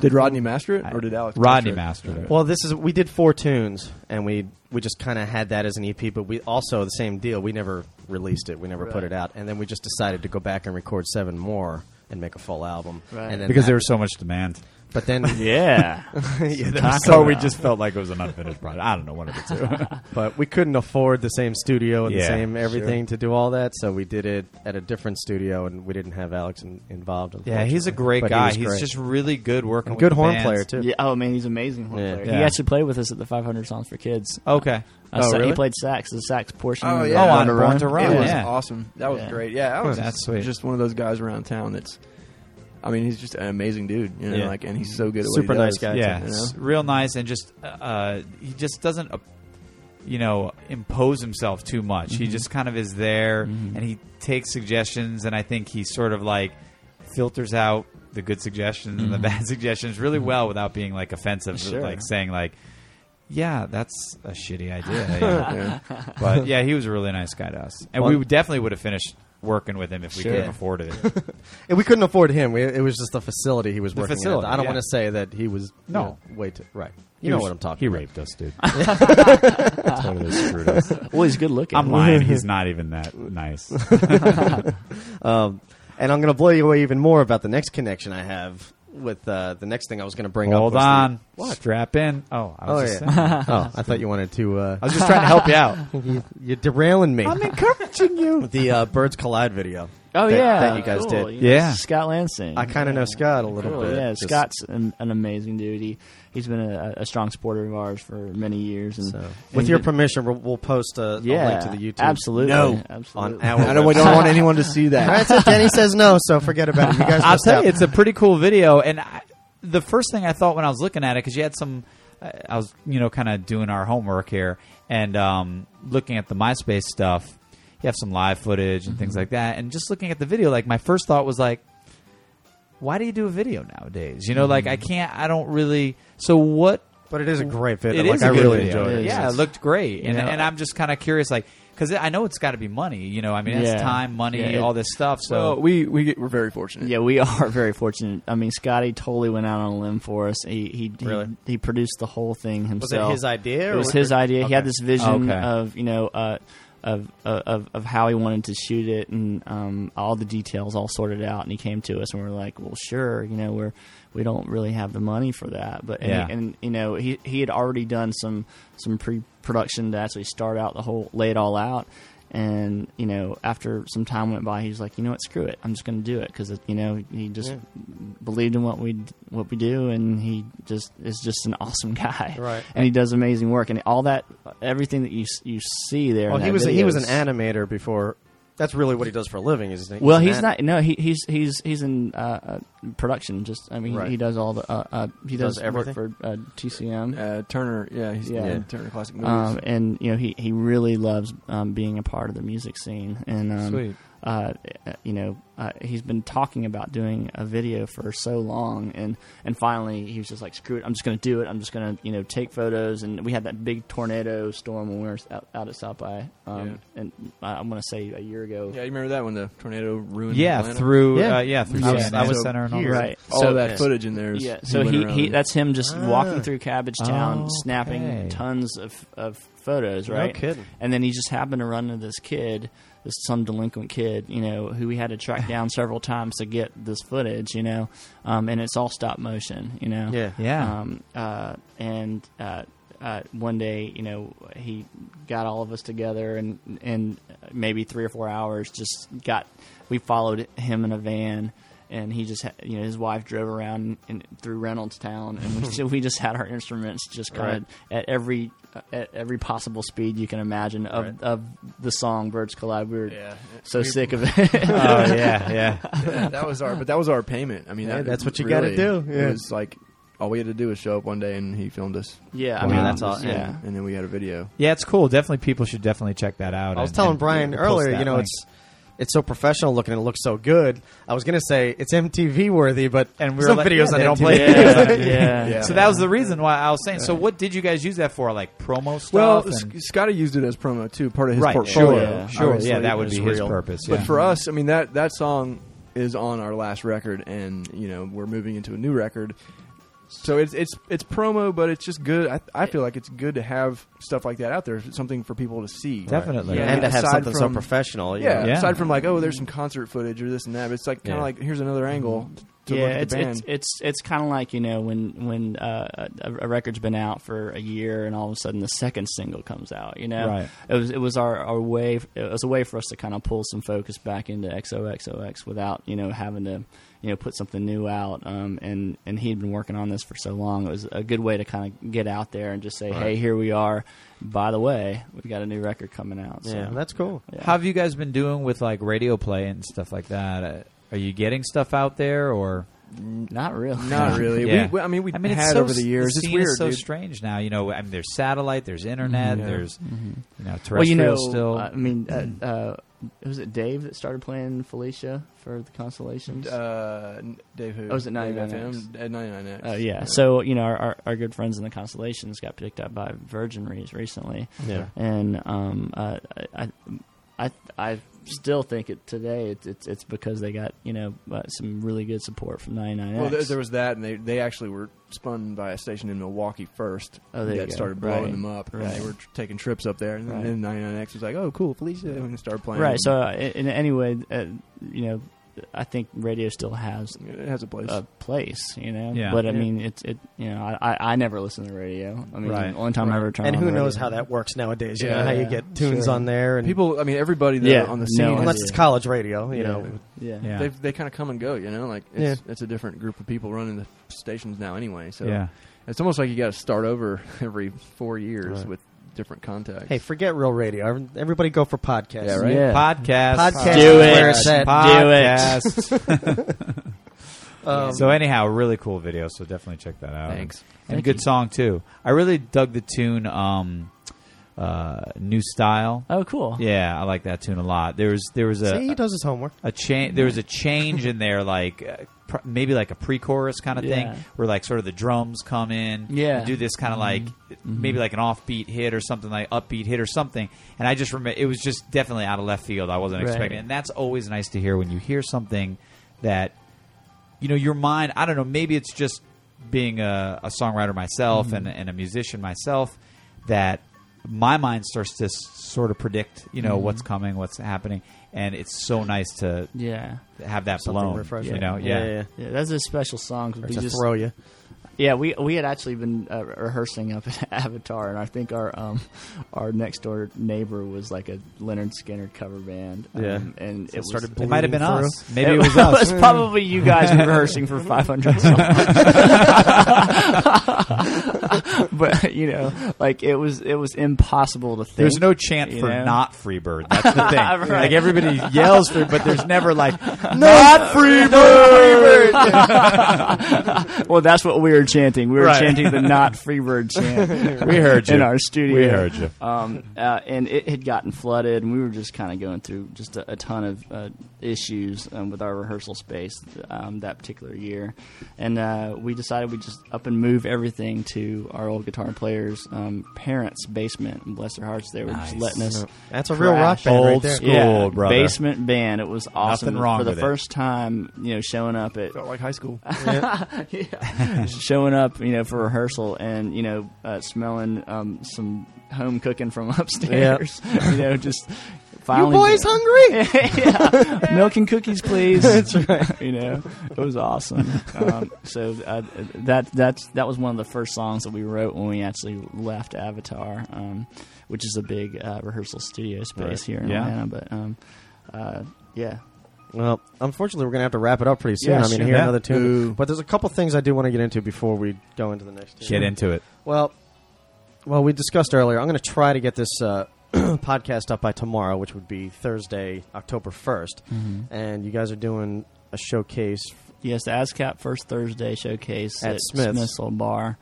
Did Rodney master it, or did Alex?
Rodney
master
mastered it.
Well, this is we did four tunes, and we we just kind of had that as an EP, but we also the same deal. We never released it, we never put
Right.
it out, and then we just decided to go back and record seven more and make a full album.
Right.
And then
because
that-
there was so much demand.
But then,
Yeah.
yeah, there was-
Taco, we just felt like it was an unfinished product. I don't know, one of the two.
but we couldn't afford the same studio and the
Yeah,
same everything to do all that, so we did it at a different studio, and we didn't have Alex in, involved.
yeah, he's a
unfortunately.
great
But he
guy.
was
he's
great.
just really good working
And
with
good horn
bands.
player too.
Yeah, oh man, he's amazing. horn
Yeah.
player. He
Yeah.
actually played with us at the 500 songs for kids.
Okay.
Uh,
Oh,
sa-
really?
He played sax, the sax portion.
Oh,
of the
yeah. Oh,
Born
on
to
Born to
Run.
Run,
it was
yeah.
awesome. That was
Yeah.
great. Yeah, Alex
That's
is
sweet.
just one of those guys around town that's. I mean, he's just an amazing dude. You know,
Yeah.
like, and he's so good at
Super
what he
nice
does.
guy,
yeah,
you
it's
know?
real nice and just uh, uh, he just doesn't uh, you know impose himself too much.
Mm-hmm.
He just kind of is there and he takes suggestions and I think he sort of like filters out the good suggestions and the
Mm-hmm.
bad suggestions really well without being like offensive
Sure.
like saying like yeah, that's a shitty idea. you know. But yeah, he was a really nice guy to us. And we
Well-
would- definitely would have finished working with him if we
Sure.
could have afforded it.
And we couldn't afford him. We, it was just the facility he was working
facility,
at. I don't
yeah.
want to say that he was you
No.
know, way too right. You
He
know
was-
what I'm talking.
He
about.
raped us, dude. totally screwed us.
Well, he's good looking.
I'm lying. He's not even that nice.
Um, and I'm going to blow you away even more about the next connection I have with uh, the next thing I was going to bring up.
Hold
was the-
on. Strap in. Oh, I
Oh
was just
yeah.
saying.
oh, I thought you wanted to. Uh,
I was just trying to help you out.
you're derailing me.
encouraging you.
the uh, Birds Collide video.
Oh
that,
yeah,
that you guys
cool.
did.
Yeah.
Scott Lansing.
I kind of know Scott a little
Cool,
bit.
Yeah,
just-
Scott's an, an amazing dude. He he's been a, a strong supporter of ours for many years. And,
So,
and
with your
he-
permission, we'll, we'll post uh, a, a
yeah,
link to the YouTube.
absolutely,
No.
absolutely.
On our-
I don't, we don't want anyone to see that.
That's it. Danny says no, so forget about it. You guys,
I'll
missed
tell
out.
you, it's a pretty cool video. And I, the first thing I thought when I was looking at it, because you had some, I I was, you know, kind of doing our homework here and um, looking at the MySpace stuff. You have some live footage and things like that. And just looking at the video, like my first thought was like, why do you do a video nowadays? You know, like I can't, I don't really. So what
but it is a great
It
video.
is
like,
a
I
good
really
video.
enjoyed it.
Yeah,
It's-
it looked great, and,
know?
and I'm just kind of curious, like, because I know it's got to be money, you know. I mean, that's
Yeah.
time, money,
Yeah, it-
all this stuff. So
Well, we we get, we're very fortunate.
Yeah, we are very fortunate. I mean, Scotty totally went out on a limb for us. He he he-
Really?
he, produced the whole thing
was
himself.
it his idea?
It
or
was his idea. He had
Okay.
this vision
Okay.
of you know uh, of, of of how he wanted to shoot it and um, all the details all sorted out. And he came to us and we are like, well, sure, you know, we're we don't really have the money for that, but and,
Yeah.
he- and you know he he had already done some some pre production to actually start out the whole lay it all out. And you know, after some time went by, he was like, "You know what? Screw it. I'm just going to do it because you know he just believed in what we what we do, and he just is just an awesome guy
Right.
and he does amazing work and all that everything that you you see there
Well,
in
he
that
was a, he
video
was an
is-
animator before. That's really what he does for a living, isn't he?
well
an
he's
an-
not no he, he's he's he's in uh, uh, production just i mean
Right.
he does all the uh, uh, he
Does
does,
everything?
work for uh, tcm
Uh, Turner, yeah, he's
Yeah.
yeah. Turner Classic Movies.
um, and you know he, he really loves um, being a part of the music scene and um,
Sweet.
Uh, you know uh, he's been talking about doing a video for so long and and finally he was just like screw it I'm just gonna do it I'm just gonna you know take photos and we had that big tornado storm when we were out, out at South by um, and uh, I'm gonna say a year ago
yeah, you remember that when the tornado ruined?
yeah,
Atlanta?
through
Yeah.
yeah, uh, yeah through
I was-
CNN.
I was
center and all
here.
that.
right
all
so
that
yes.
footage in there. Is
yeah so he,
went
he
around.
that's him just
Ah.
walking through Cabbage Town
Oh, okay.
snapping tons of, of photos
No
right
kidding.
and then he just happened to run into this kid, this some delinquent kid, you know, who we had to track down several times to get this footage, you know, um, and it's all stop motion, you know,
Yeah.
Yeah.
Um, uh, and uh, uh, one day, you know, he got all of us together, and and maybe three or four hours, just got we followed him in a van. And he just, ha- you know, his wife drove around and through Reynolds Town, and we, so we just had our instruments just kind
Right.
of at every uh, at every possible speed you can imagine of
Right.
of the song "Birds Collide." We were
Yeah.
so
We-
sick of it.
oh yeah, yeah.
Yeah, that was our, but that was our payment. I mean,
Hey,
that,
that's what you gotta
really,
do, yeah.
It was like all we had to do was show up one day, and he filmed us.
yeah, I
Wow.
mean
Yeah,
that's all-
Yeah,
yeah.
and then we had a video.
Yeah, it's cool. Definitely, people should definitely check that out.
I was
and-
telling
and
Brian
post
earlier,
that
you know,
link.
it's it's so professional looking and it looks so good. I was gonna say it's MTV worthy, but
And we were
some
like,
videos
yeah,
on
they don't
MTV.
play
yeah,
Yeah.
So that was the reason why I was saying. So what did you guys use that for? Like promo stuff?
Well,
and-
S- Scotty used it as promo too, part of his
right.
portfolio.
yeah.
Sure, sure.
obviously.
Yeah, that would
It's
be his
real.
purpose.
But
yeah.
for us, I mean that that song is on our last record, and you know we're moving into a new record. So it's it's it's promo, but it's just good. I, I feel like it's good to have stuff like that out there, something for people to see.
definitely.
Yeah.
and to have
Aside
something so
from-
professional. you
Yeah,
know.
Yeah.
Aside from like, oh, there's some concert footage or this and that, but it's like kind of
Yeah.
like here's another angle to
yeah,
look at
it's,
the band.
it's it's it's kind of like you know when when uh, a, a record's been out for a year and all of a sudden the second single comes out. You know,
Right.
it was it was our, our way. It was a way for us to kind of pull some focus back into XOXOX without you know having to you know put something new out. Um, and and he had been working on this for so long. It was a good way to kind of get out there and just say, hey, here we are. By the way, we've got a new record coming out. So.
Yeah, that's cool.
Yeah.
How have you guys been doing with like radio play and stuff like that? Uh, Are you getting stuff out there or?
Not really.
Not really.
Yeah.
We, we, I mean, we
I mean, it's
had
so,
over the years.
The
it's
scene
weird,
is so
dude.
strange now. You know, I mean, there's satellite, there's internet,
Yeah.
there's
Mm-hmm.
you know terrestrial
Well, you know,
still.
I mean,
Mm.
uh, uh, was it Dave that started playing Felicia for the Constellations?
Uh, n- Dave who?
Oh, is it 99X?
FM? Uh, 99X.
Uh, yeah. So you know, our, our, our good friends in the Constellations got picked up by Virgin re- recently,
Yeah.
and um, uh, I, I, I, I still think it today. It's it's, it's because they got you know uh, some really good support from 99X.
Well, there, there was that, and they, they actually were spun by a station in Milwaukee first
Oh, there you
that
go.
started blowing
Right.
them up, and
Right.
they were tr- taking trips up there. And
Right.
then 99X was like, "Oh, cool, Felicia," and they started playing.
right. So uh, in, in any way, uh, you know, I think radio still has
it has a place.
a place, you know.
Yeah.
But I
Yeah.
mean, it's it. You know, I, I I never listen to radio. I mean,
Right.
the only time I ever turn
And
on
who
the
knows
radio-
how that works nowadays? You
Yeah.
know how you
Yeah.
get tunes
Sure.
on there and
People, I mean, everybody that
Yeah,
on the
no
scene,
idea.
has-
unless it's college radio, you
Yeah.
know.
Yeah.
yeah,
they they kind of come and go. You know, like it's, it's a different group of people running the stations now. Anyway, so
yeah.
it's almost like you got to start over every four years
Right.
with different contacts.
Hey, forget real radio. Everybody go for podcasts.
Yeah, right?
Yeah.
Podcast,
Podcast
Do
is
it.
where it's at.
podcast.
Um,
so anyhow, really cool video. So definitely check that out.
Thanks.
and
Thank
good
you.
song too. I really dug the tune. Um, uh, new style.
Oh, cool.
Uh-huh.
Yeah, I like that tune a lot. There was there was a
see, he does his homework.
a change. There was a change in there, like uh, pr- maybe like a pre-chorus kind of
Yeah.
thing, where like sort of the drums come in,
Yeah. Mm-hmm.
and do this kind of like maybe like an offbeat hit or something like upbeat hit or something. And I just remember it was just definitely out of left field. I wasn't
Right.
expecting, it. and that's always nice to hear when you hear something that you know your mind i don't know maybe it's just being a, a songwriter myself
Mm-hmm.
and, and a musician myself that my mind starts to s- sort of predict you
Mm-hmm.
know what's coming what's happening and it's so nice to
Yeah.
have that
Something
blown
refreshing.
you know Oh, yeah
yeah, yeah.
Yeah, that's a special song. 'cause
Or
we
to
just-
throw you.
yeah, we we had actually been uh, rehearsing up at Avatar, and I think our um our next door neighbor was like a Leonard Skinner cover band. Um,
Yeah.
and
So
it
started
was,
it might have been
Bleeding
us maybe it was us
probably you guys rehearsing for 500 songs. but you know, like it was it was impossible to think.
there's no chant
you
for
know?
not freebird that's the thing
Right.
like everybody yells for but there's never like
Not Freebird.
Well, that's what we were chanting. We were
Right.
chanting the not Freebird chant.
we heard you
in our studio.
we heard you
Um, uh, and it had gotten flooded, and we were just kind of going through just a, a ton of uh, issues um, with our rehearsal space um, that particular year. And uh, we decided we'd just up and move everything to our old guitar player's um, parents' basement. And bless their hearts, they were just
Nice.
letting us.
That's a real rock
Crash.
band right
Old
there.
school. brother.
basement band. It was awesome.
Nothing wrong
for the
with it.
first time, you know, showing up at
felt like high school.
yeah. showing up, you know, for rehearsal and you know, uh, smelling um, some home cooking from upstairs. you know, just
You
finally.
boys hungry?
yeah. milk and cookies, please. That's right. you know, it was awesome. Um, so uh, that that's that was one of the first songs that we wrote when we actually left Avatar, um, which is a big uh, rehearsal studio space
Right.
here in
Yeah.
Atlanta. But um, uh, yeah,
Well, unfortunately, we're going to have to wrap it up pretty soon. I
Yeah,
mean,
sure.
hear
Yeah.
another tune.
Ooh.
But there's a couple things I do want to get into before we go into the next tune.
get into it
Well, well, we discussed earlier. I'm going to try to get this uh, podcast up by tomorrow, which would be Thursday, October 1st. And you guys are doing a showcase.
Yes, the ASCAP First Thursday Showcase
At
at,
Smith's.
Smith's Old Bar.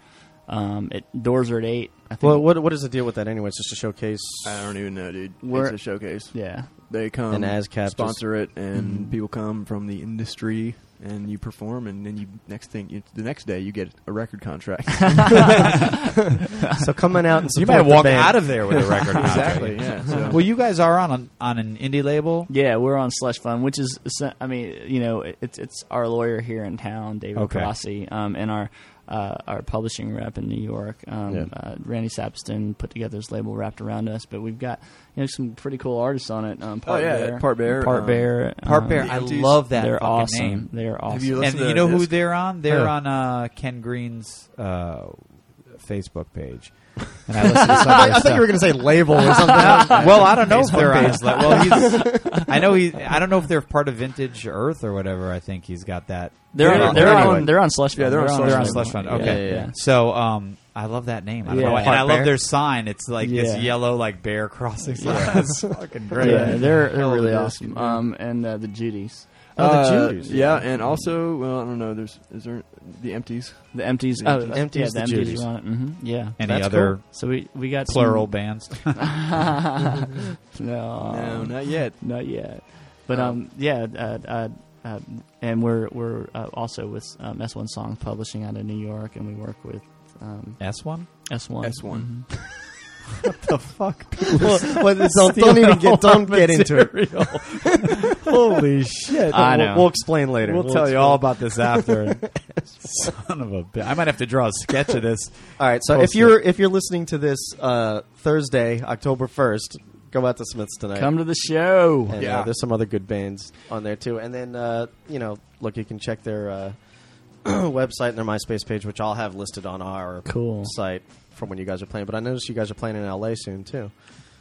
Um, it doors are at eight. I think.
Well, what what is the deal with that anyway? It's just a showcase.
I don't even know, dude.
We're-
it's a showcase.
yeah,
They come
And ASCAP
sponsor it, and people come from the industry, and you perform, and then you next thing you, the next day you get a record contract.
so coming out and
you
support
might
the
walk
band.
out of there with a record contract.
yeah. So.
well you guys are on on an indie label
yeah, we're on Slush Fund, which is, I mean, you know, it's it's our lawyer here in town, David
Okay.
Rossi, um, and our uh, our publishing rep in New York. Um,
Yeah.
uh, Randy Sapston put together his label wrapped around us, but we've got you know some pretty cool artists on it. Um, Part
Oh, yeah,
Bear,
Part Bear,
Part
um,
Bear,
Part
um,
Bear.
the
I
Empties,
love that.
They're
fucking
awesome.
Name.
They're awesome.
Have you
And
listened to
you know
the
who
disc?
they're on? They're
Who?
on uh, Ken Green's uh, Facebook page. And I listen to some
I
of their
thought you
stuff.
were going to say label or something.
well, I don't know if they're on his li- Well, he's, I know he. I don't know if they're part of Vintage Earth or whatever. I think he's got that.
They're,
Yeah,
on, they're,
anyway.
on, they're on Slush Fund.
Yeah, they're on Slush
They're on
Fund.
Slush Fund.
Yeah,
Okay.
yeah, yeah.
So, um, I love that name. I don't
Yeah.
know. why. And I
Park
love
Bear?
their sign. It's like this
Yeah.
yellow like bear crossing sign. It's fucking great.
Yeah, they're, they're
Hell of a
really
disc.
awesome. Um, and uh, the Judies,
Oh, the
Uh,
Jews.
Yeah, and also, well, I don't know. There's is there the empties.
the Empties,
The
oh,
Empties.
yeah,
Empties,
the
the
Empties
Judies.
are on it. hmm Yeah.
Any
That's
other
So we we got
plural bands?
Some, no,
no, Oh. not yet.
not yet. But um, yeah, uh, uh, uh, and we're we're uh, also with um, S1 Songs Publishing out of New York, and we work with um,
S one.
S1.
S1.
Mhm.
The fuck.
well, well, don't, don't even get don't get into it. Holy shit!
I
We'll-
know.
We'll, explain later.
We'll, tell you all about this after. Son of a bitch. I might have to draw a sketch of this.
All right. So
Post
if you're if you're listening to this uh, Thursday, October first, go out to Smiths tonight.
Come to the show.
and,
Yeah.
uh, there's some other good bands on there too. And then uh, you know, look, you can check their uh, website and their MySpace page, which I'll have listed on our
Cool.
site from when you guys are playing. But I noticed you guys are playing in LA soon too.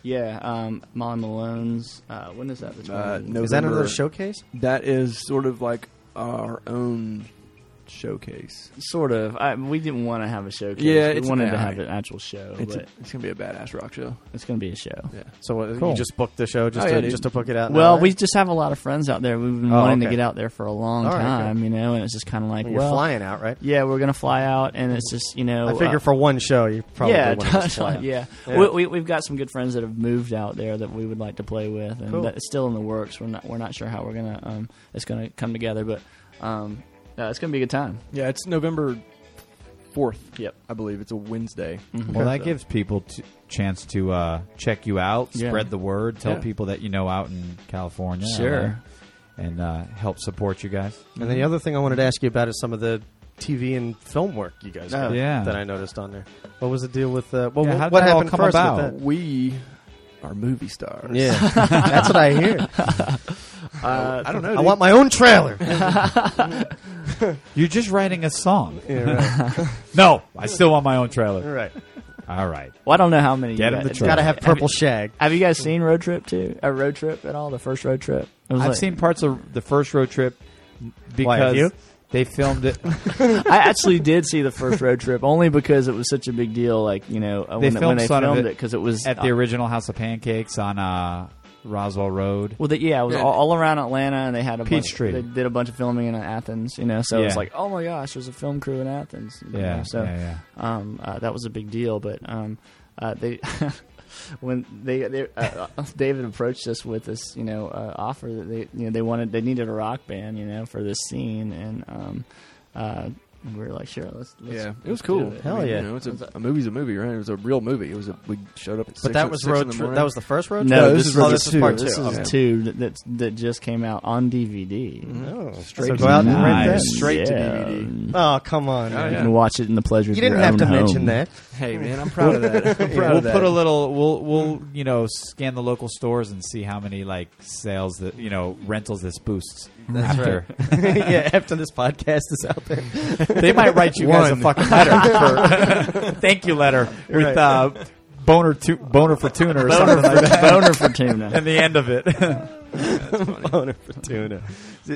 Yeah, um, Molly Malone's. Uh, when is that? The
Uh,
20th?
November.
Is that another showcase?
That is sort of like our own showcase.
Sort of. I, we didn't want to have a showcase.
Yeah,
we
it's-
wanted to
yeah,
have
I-
an actual show,
It's,
but
a, it's gonna be a badass rock show.
it's going to be a show.
Yeah.
So uh,
Cool.
you just booked the show just
Oh,
to,
yeah, dude.
just to book it out. in
Well,
LA?
we just have a lot of friends out there. We've been
Oh,
wanting to
okay.
get out there for a long
All right,
time, you know, and it's just kind of like,
you're
well,
flying out, right?
yeah, we're going to fly out, and it's just, you know,
I figure
uh,
for one show, you probably
yeah,
want to just fly.
yeah.
Yeah.
We, we, we've got some good friends that have moved out there that we would like to play with, and
Cool.
that's still in the works. We're not we're not sure how we're gonna um, it's gonna come together, but um, uh, it's gonna be a good time.
Yeah, it's November fourth.
Yep.
I believe it's a Wednesday.
Mm-hmm.
Well, that gives people t- chance to uh, check you out,
Yeah.
spread the word, tell
Yeah.
people that you know out in California,
Sure.
LA, and uh, help support you guys.
And the other thing I wanted to ask you about is some of the TV and film work you guys
Oh,
did
yeah.
that I noticed on there. What was the deal with uh, well,
Yeah,
what,
how'd
what
that all
happened
come
first with
about?
that?
We are movie stars.
Yeah, that's what I hear.
Uh,
I don't know.
I want my own trailer.
You're just writing a song.
yeah, right.
No, I still want my own trailer.
You're right.
All right.
well, I don't know how many.
Get
you
him the
guys-
truck.
Gotta have purple
you-
shag.
Have you guys seen Road Trip too? A road trip at all? The first road trip. It was
I've
like-
seen parts of the first road trip because
have you?
they filmed it.
I actually did see the first road trip only because it was such a big deal. Like you know, uh, when, when
filmed
they
some of
filmed it
it
because it was uh,
at the original House of Pancakes on uh, Roswell Road.
Well, they, yeah, it was
Yeah.
all, all around Atlanta, and they had a
Peachtree.
Bunch, they did a bunch of filming in Athens, you know. So it's
Yeah.
like, oh my gosh, there's a film crew in Athens. you know,
Yeah,
so
yeah, yeah.
Um, uh, that was a big deal, but um, uh, they. When they, they uh, uh, David approached us with this, you know, uh, offer that they, you know, they wanted, they needed a rock band, you know, for this scene, and um, uh, we were like, sure, let's, let's
Yeah, it
let's
was
do
cool.
it.
Hell
I mean,
yeah.
You know, it's a, a movie's a movie, right? It was a real movie. It was a, we showed up at
But
six
that
o-
was
six in
road
the
trip.
morning.
That was the first road
No,
trip.
this is
oh,
road
this
trip
is part two.
This is
Okay.
two that that's- that just came out on DVD.
Oh,
Straight
so
to
go out and
DVD.
rent that.
Nice.
straight to
Yeah.
DVD.
Oh, come on.
Oh,
man.
You
yeah.
can watch it in the pleasure.
You
of your
didn't have
own
to mention
home.
that.
Hey man, I'm proud of that. I'm proud
we'll
of that.
put a little. We'll we'll you know scan the local stores and see how many like sales that you know rentals this boosts. after
yeah, after this podcast is out there.
they might write you guys a fucking letter, for, thank you letter with
Right.
uh, boner tu- boner for tuna or something like that.
boner for tuna.
And the end of it.
Boner for tuna.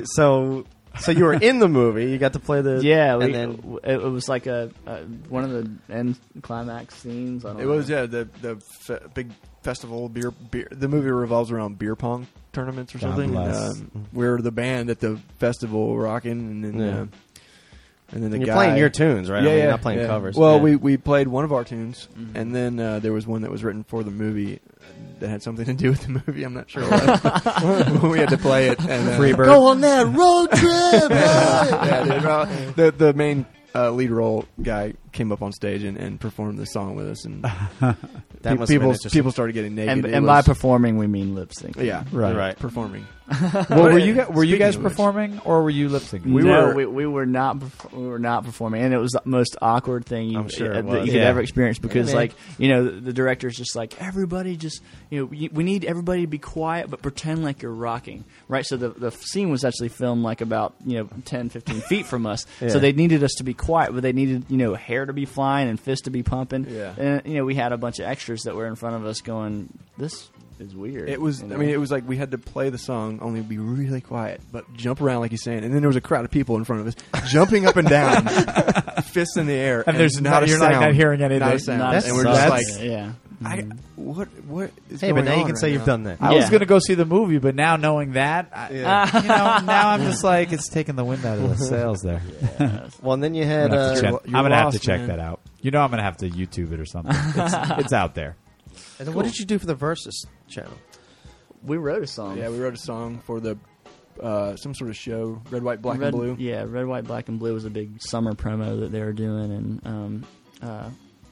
So, so you were in the movie. You got to play the
Yeah, we,
and then
it, it was like a, a one of the end climax scenes. I don't
Oh,
It
know.
was yeah the the fe- big festival beer beer. The movie revolves around beer pong tournaments or
God
something. and,
bless.
um, we're the band at the festival rocking, and then
Mm. Yeah.
uh, and then the
you're
guy,
playing your tunes, right? I
Yeah,
mean,
yeah,
you're not playing
yeah.
covers.
Well,
Yeah. Mm-hmm.
we we played one of our tunes, and then uh, there was one that was written for the movie that had something to do with the movie. I'm not sure. what. we had to play it. And, uh,
Freebird.
on that road trip.
yeah, dude, well, the the main uh, lead role guy came up on stage and, and performed the song with us, and
That
pe-
must have been
people
interesting.
people started getting naked.
And,
It
and by
was-
performing, we mean lip sync.
yeah,
Right.
Right.
performing.
Well, were you guys, were you
Speaking
guys
of which-
performing or were you lip syncing?
We
We
no,
were-
we, we were not perf- we were not performing, and it was the most awkward thing you,
I'm sure it
uh, that
was.
you could
Yeah.
ever experience because,
man.
like, you know, the, the director's just like everybody just you know we, we need everybody to be quiet but pretend like you're rocking, right? So the the scene was actually filmed like about you know 10, 15 feet from us,
Yeah.
so they needed us to be quiet, but they needed you know hair to be flying and fists to be pumping,
Yeah.
and you know we had a bunch of extras that were in front of us going this. is weird.
It was.
you
I
know?
mean, it was like we had to play the song, only be really quiet, but jump around like he's saying. And then there was a crowd of people in front of us, jumping up and down, fists in the air, and,
there's
not
not-
a
you're not-
sound,
not hearing anything.
not a sound.
Not
That's-
and we're
that's-
just
sucks.
like,
yeah.
I, what, what is
Hey, but
going
now you
on
can
right
say you've
now?
done that.
I was
Yeah.
going to go see the movie, but now knowing that, I, you know, now I'm just like it's taking the wind out of the sails there.
Well, and then you had
I'm gonna have to
uh,
check,
you're
I'm gonna have to
lost,
check
man.
that out. You know, I'm gonna have to YouTube it or something. It's, it's out there.
and then what did you do for the versus channel?
We wrote a song.
Yeah, we wrote a song for the uh, some sort of show, red, white, black,
red,
and blue.
Yeah, red, white, black, and blue was a big summer promo that they were doing, and um, uh,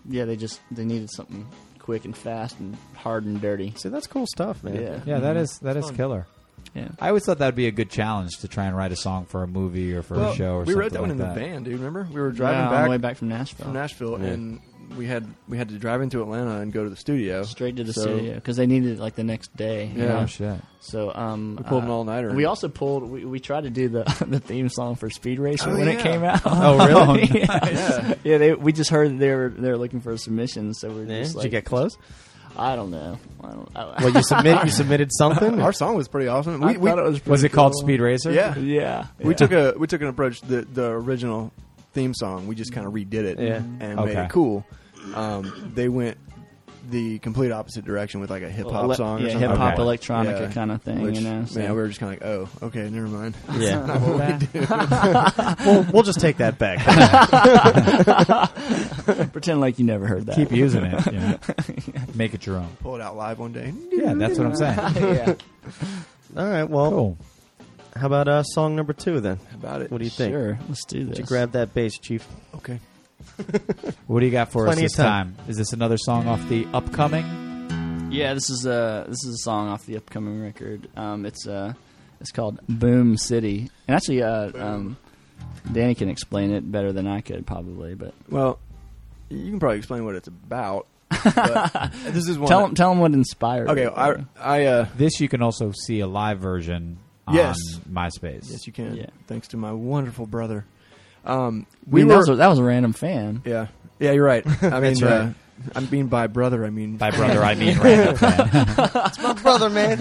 yeah, they just they needed something quick and fast and hard and dirty.
See, that's cool stuff, man.
Yeah,
Yeah, that is that is
Mm-hmm. Fun.
killer.
yeah.
I always thought that'd be a good challenge to try and write a song for a movie or for
Well,
a show or
we
something
wrote that one
like
in
that.
the van, dude. Remember, we were
Yeah,
driving
on the way
back
back from Nashville,
from Nashville,
Yeah.
and we had we had to drive into Atlanta and go to the studio.
straight to the
So-
studio because they needed it like the next day. you
Yeah.
know?
Oh shit!
So um,
We pulled
uh,
an all-nighter.
We also pulled. We, we tried to do the the theme song for Speed Racer
Oh,
when it
yeah.
came out.
Oh, really?
yeah, yeah. They, we just heard they were they were looking for submissions, so we are
Yeah,
just
Did
like,
you get close?
I don't know. I don't. I,
Well, you submit you submitted something.
Our song was pretty awesome.
I
We, we,
thought it was.
Was
pretty
it called
cool.
Speed Racer?
Yeah.
Yeah.
We took a we took an approach the the original theme song. We just kind of redid it
Yeah.
and
Okay.
made it cool. Um, they went the complete opposite direction with like a hip hop
Ele-
song, or
yeah,
something
hip hop
like that.
electronica
Yeah.
kind of thing,
Which,
you know. So.
man, we were just kind of like, oh, okay, never mind.
yeah,
Not what we do.
we'll, we'll just take that back.
Pretend like you never heard that.
Keep using it. you know. Make it your own.
Pull it out live one day.
Yeah, that's what I'm saying.
yeah.
All right. Well,
Cool.
how about uh, song number two then?
How about it?
What do you think?
Sure. Let's do this.
Did you grab that bass, Chief?
Okay.
What do you got for
Plenty
us
of
this
time.
time? Is this another song off the upcoming?
Yeah, this is a this is a song off the upcoming record. Um, it's uh, it's called Boom City, and actually, uh, um, Danny can explain it better than I could probably. But
Well, you can probably explain what it's about. but this is one.
tell them tell 'em what inspired.
Okay,
it,
I,
really.
I, uh,
This you can also see a live version on
Yes.
MySpace.
yes, you can.
Yeah.
Thanks to my wonderful brother. Um,
I mean,
we
that,
were,
was a, that was a random fan.
Yeah, yeah, you're right. I mean,
That's
uh, I mean by brother, I mean
By brother, I mean random. fan.
brother man.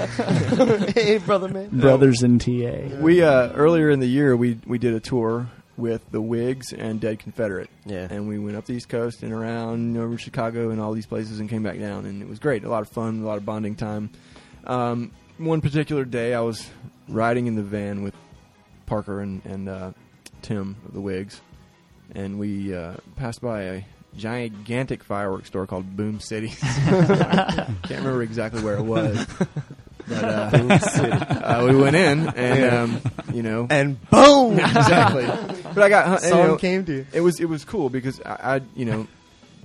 hey, brother man.
Brothers in TA.
we uh, earlier in the year we we did a tour with the Wigs and Dead Confederate.
Yeah.
and we went up the East Coast and around over Chicago and all these places and came back down, and it was great. A lot of fun, a lot of bonding time. Um, one particular day, I was riding in the van with Parker and and uh, Tim of the Wigs, and we uh, passed by a gigantic fireworks store called Boom City. Can't remember exactly where it was. But uh, uh, we went in, and um, you know,
And boom,
exactly. But I got you know,
song came to you.
it was it was cool because I, I you know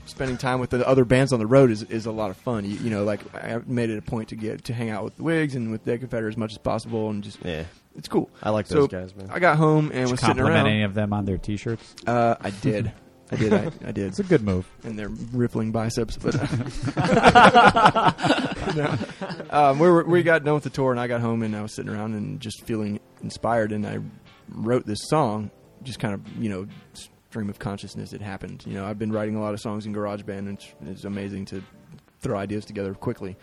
spending time with the other bands on the road is, is a lot of fun. You, you know, like I made it a point to get to hang out with the Wigs and with Dead Confederate as much as possible, and just
Yeah,
it's cool.
I like
So-
those guys, man.
I got home and was sitting
Compliment
around.
any of them on their T-shirts?
Uh, I did, I did, I, I did,
It's a good move.
and their rippling biceps. But No. um, we were, we got done with the tour, and I got home, and I was sitting around and just feeling inspired, and I wrote this song, just kind of you know stream of consciousness. It happened. You know, I've been writing a lot of songs in GarageBand, and it's, it's amazing to throw ideas together quickly.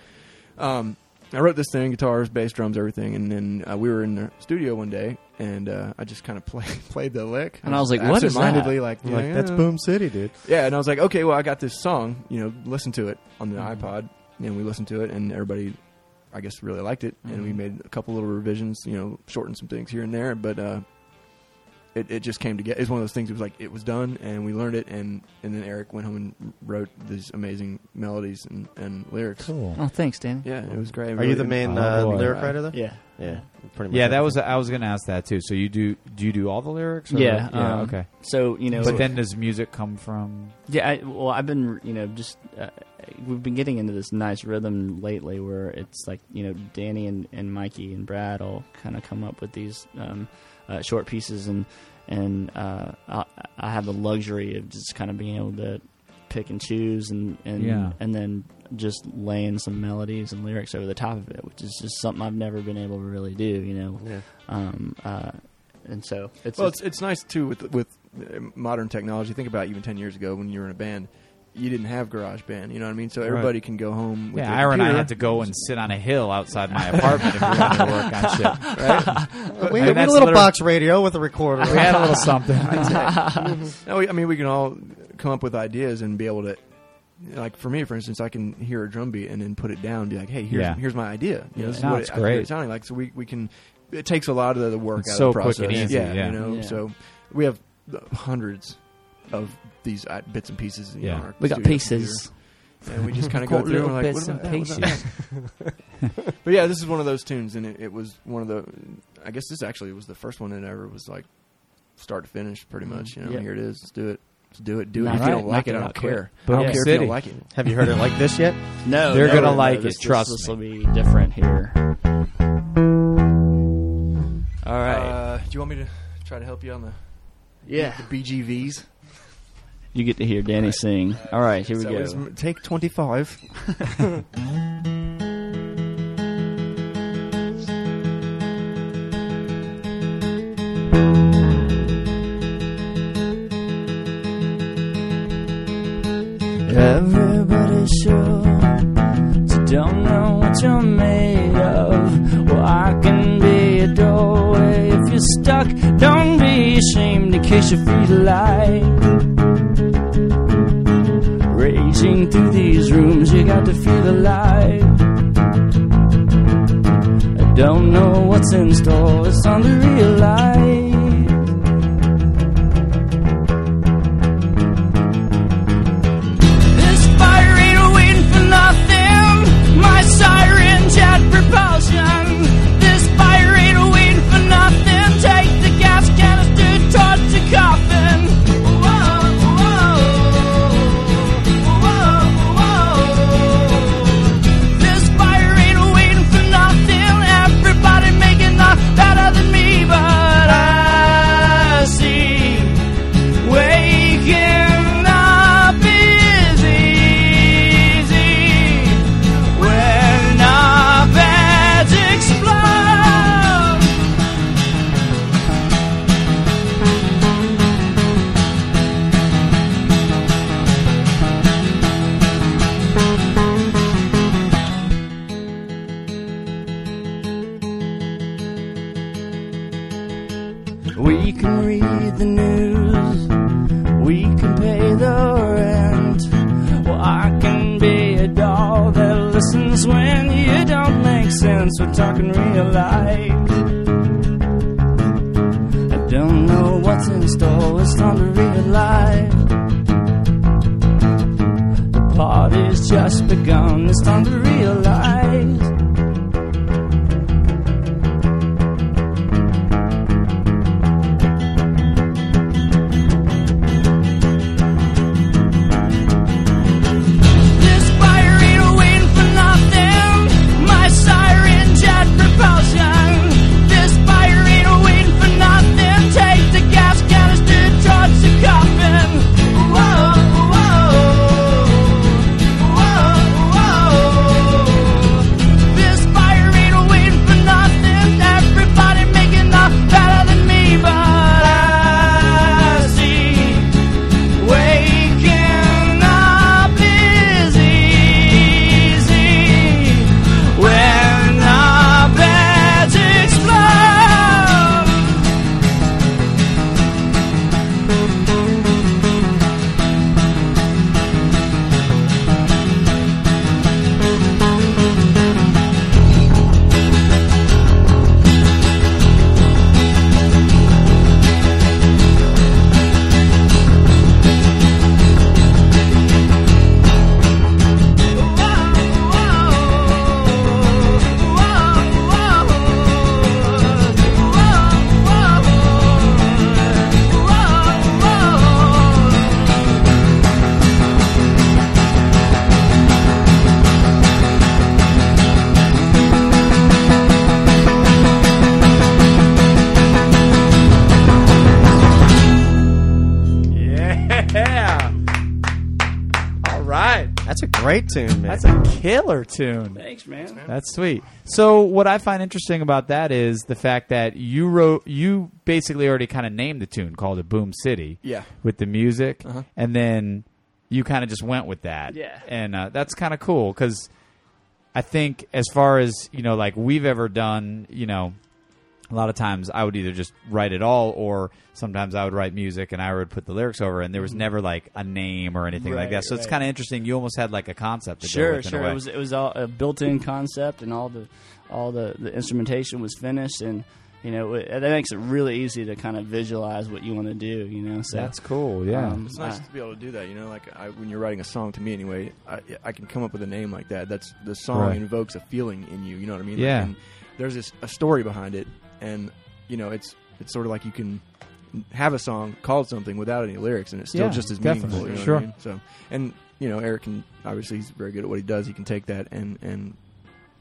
Um, I wrote this thing, guitars, bass, drums, everything, and then uh, we were in the studio one day, and uh, I just kind of play, played the lick,
And I was like, what is that?
absentmindedly Like,
You're like
yeah,
that's
yeah."
Boom City, dude.
Yeah, and I was like, okay, well, I got this song. You know, listen to it on the
Mm-hmm.
iPod, and we listened to it, and everybody, I guess,
Mm-hmm.
really liked it. And we made a couple little revisions. You know, shortened some things here and there, but uh, it, it just came together. It's one of those things. It was like it was done, and we learned it, and, and then Eric went home and wrote these amazing melodies and, and lyrics.
Cool.
Oh, thanks, Danny.
Yeah, it was great.
Are you the main uh,
Oh, boy.
lyric writer though?
Yeah.
yeah, pretty much.
Yeah, that was. I was going to ask that too. So you do? Do you do all the lyrics? Or
Yeah, um,
okay.
So you know,
But then does music come from?
yeah. I, well, I've been you know just uh, we've been getting into this nice rhythm lately where it's like you know Danny and, and Mikey and Brad all kind of come up with these um, uh, short pieces and and uh, I, I have the luxury of just kind of being able to pick and choose and and
Yeah.
and then just laying some melodies and lyrics over the top of it, which is just something I've never been able to really do. You know,
Yeah.
um, uh, and so it's
Well, it's it's nice too with with uh, modern technology. Think about even ten years ago when you were in a band, you didn't have GarageBand. You know what I mean? So everybody can go home. With
Yeah,
their
Ira and I
computer.
had to go and sit on a hill outside my apartment if we wanted to work on shit.
we, we
I mean,
had
that's
a little
literally-
box radio with a recorder.
We had a little something.
No, we- I mean we can all come up with ideas and be able to. Like for me, for instance, I can hear a drum beat and then put it down and be like, "Hey, here's
Yeah.
here's my idea." You know, this is
No,
what
it's
it, I hear it
great.
sounding like. So we, we can. It takes a lot of the work
It's
out
so
of the
quick
process.
and easy, yeah.
you know.
Yeah.
So we have uh, hundreds of these uh, bits and pieces. You
Yeah.
know, on our
we got
studio
pieces.
computer. and we just kind of go through and we're like, what about that? What about that? But yeah, this is one of those tunes, and it, it was one of the. I guess this actually was the first one that ever was like start to finish, pretty much. You know,
Yeah.
here it is. Let's do it. Let's do it. Do it.
Nah,
if
Mm-hmm. right.
you don't like
Knock
it,
it
I
out
don't
quick.
care.
Boom.
I don't
Yeah.
care if
City.
you don't like it.
Have you heard it like this yet?
No,
They're
never.
gonna like it,
This, this-
trust
This will be different here. All right.
Uh, do you want me to try to help you on the,
yeah.
the BGVs?
You get to hear Danny sing. All right, here we
So
go.
it's m- take twenty five.
Everybody's sure you don't know what you're made of. Well, I can be a doorway if you're stuck. Don't be ashamed in case you feel alive. Racing through these rooms, you got to feel alive. I don't know what's in store, it's time to realize. This fire ain't waiting for nothing. My sirens had propulsion. This fire ain't waiting for nothing. Take the gas canister, torch the coffin. Whoa, whoa, whoa, whoa. This fire ain't waiting for nothing. Everybody making a better than me, but I see Waking up is easy when our beds explode. We can read the news. We can pay the rent. Well, I can be a doll that listens when you don't make sense. We're talking real life. I don't know what's in store. It's time to realize. The party's just begun. It's time to realize. This fire ain't a win for nothing. My siren jet propulsion. This fire ain't a win for nothing. Take the gas canister, torch the coffin. Whoa, whoa, whoa, whoa. This fire ain't a win for nothing. Everybody making up better than me, but I see. Waking up is easy when our beds explode.
This
That's a great tune, man.
That's a killer tune.
Thanks, man.
That's sweet. So what I find interesting about that is the fact that you wrote, you basically already kind of named the tune, called it Boom City.
Yeah.
With the music, and then you kind of just went with that.
Uh-huh. Yeah.
And uh, that's kind of cool because I think as far as you know, like we've ever done, you know. A lot of times I would either just write it all or sometimes I would write music and I would put the lyrics over and there was never like a name or anything like
Mm-hmm. Right,
that. So it's
right.
kind of interesting. You almost had like a concept to go
Sure,
with in a
sure.
way.
It was it was all a built-in concept, and all the all the, the instrumentation was finished, and you know it, that makes it really easy to kind of visualize what you want to do. You know, so
That's cool. Yeah.
um,
It's
Ah.
nice
I-
to be able to do that, you know. Like I, when you're writing a song, to me anyway, I, I can come up with a name like that. That's the song
Right.
invokes a feeling in you. You know what I mean?
Yeah.
and there's this a story behind it, and you know it's it's sort of like you can have a song called something without any lyrics, and it's still
Yeah,
just as
definitely.
meaningful. You know
Sure.
What I mean? So and you know Eric can obviously he's very good at what he does. He can take that and and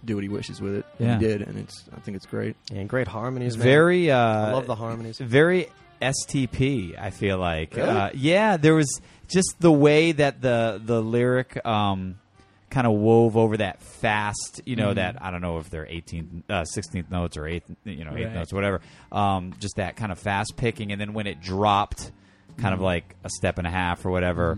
do what he wishes with it. And
Yeah.
He did, and it's I think it's great.
and great harmonies, man.
very. Uh,
I love the harmonies.
Very STP. I feel like. Uh, yeah, there was just the way that the the lyric. Um, Kind of wove over that fast, you know,
Mm-hmm.
that I don't know if they're 18th, uh, 16th notes or eighth, you know, eighth
Right.
notes, whatever. Um, just that kind of fast picking, and then when it dropped, kind
Mm-hmm.
of like a step and a half or whatever,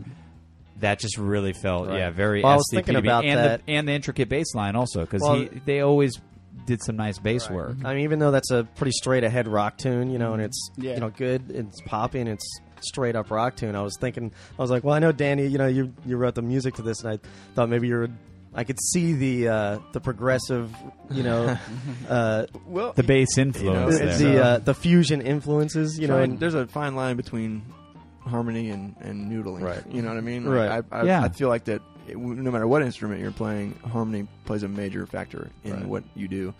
that just really felt,
Right.
yeah, very
Well, I was
STP.
thinking
to me.
about
and
that.
the and the intricate bass line also because
Well, Mm-hmm.
they always did some nice bass work.
I mean, even though that's a pretty straight ahead rock tune, you know, and it's
Yeah.
you know good, it's popping, it's straight up rock tune. I was thinking, I was like, well, I know Danny, you know, you you wrote the music to this, and I thought maybe you're. I could see the uh, the progressive, you know, uh,
Well,
The bass influence.
it's,
there.
the uh, the fusion influences, you know,
Fine.
and
there's a fine line between harmony and, and noodling.
Right.
You know what I mean?
Right.
Like, I, I,
Yeah.
I feel like that it, no matter what instrument you're playing, harmony plays a major factor in
Right.
what you do.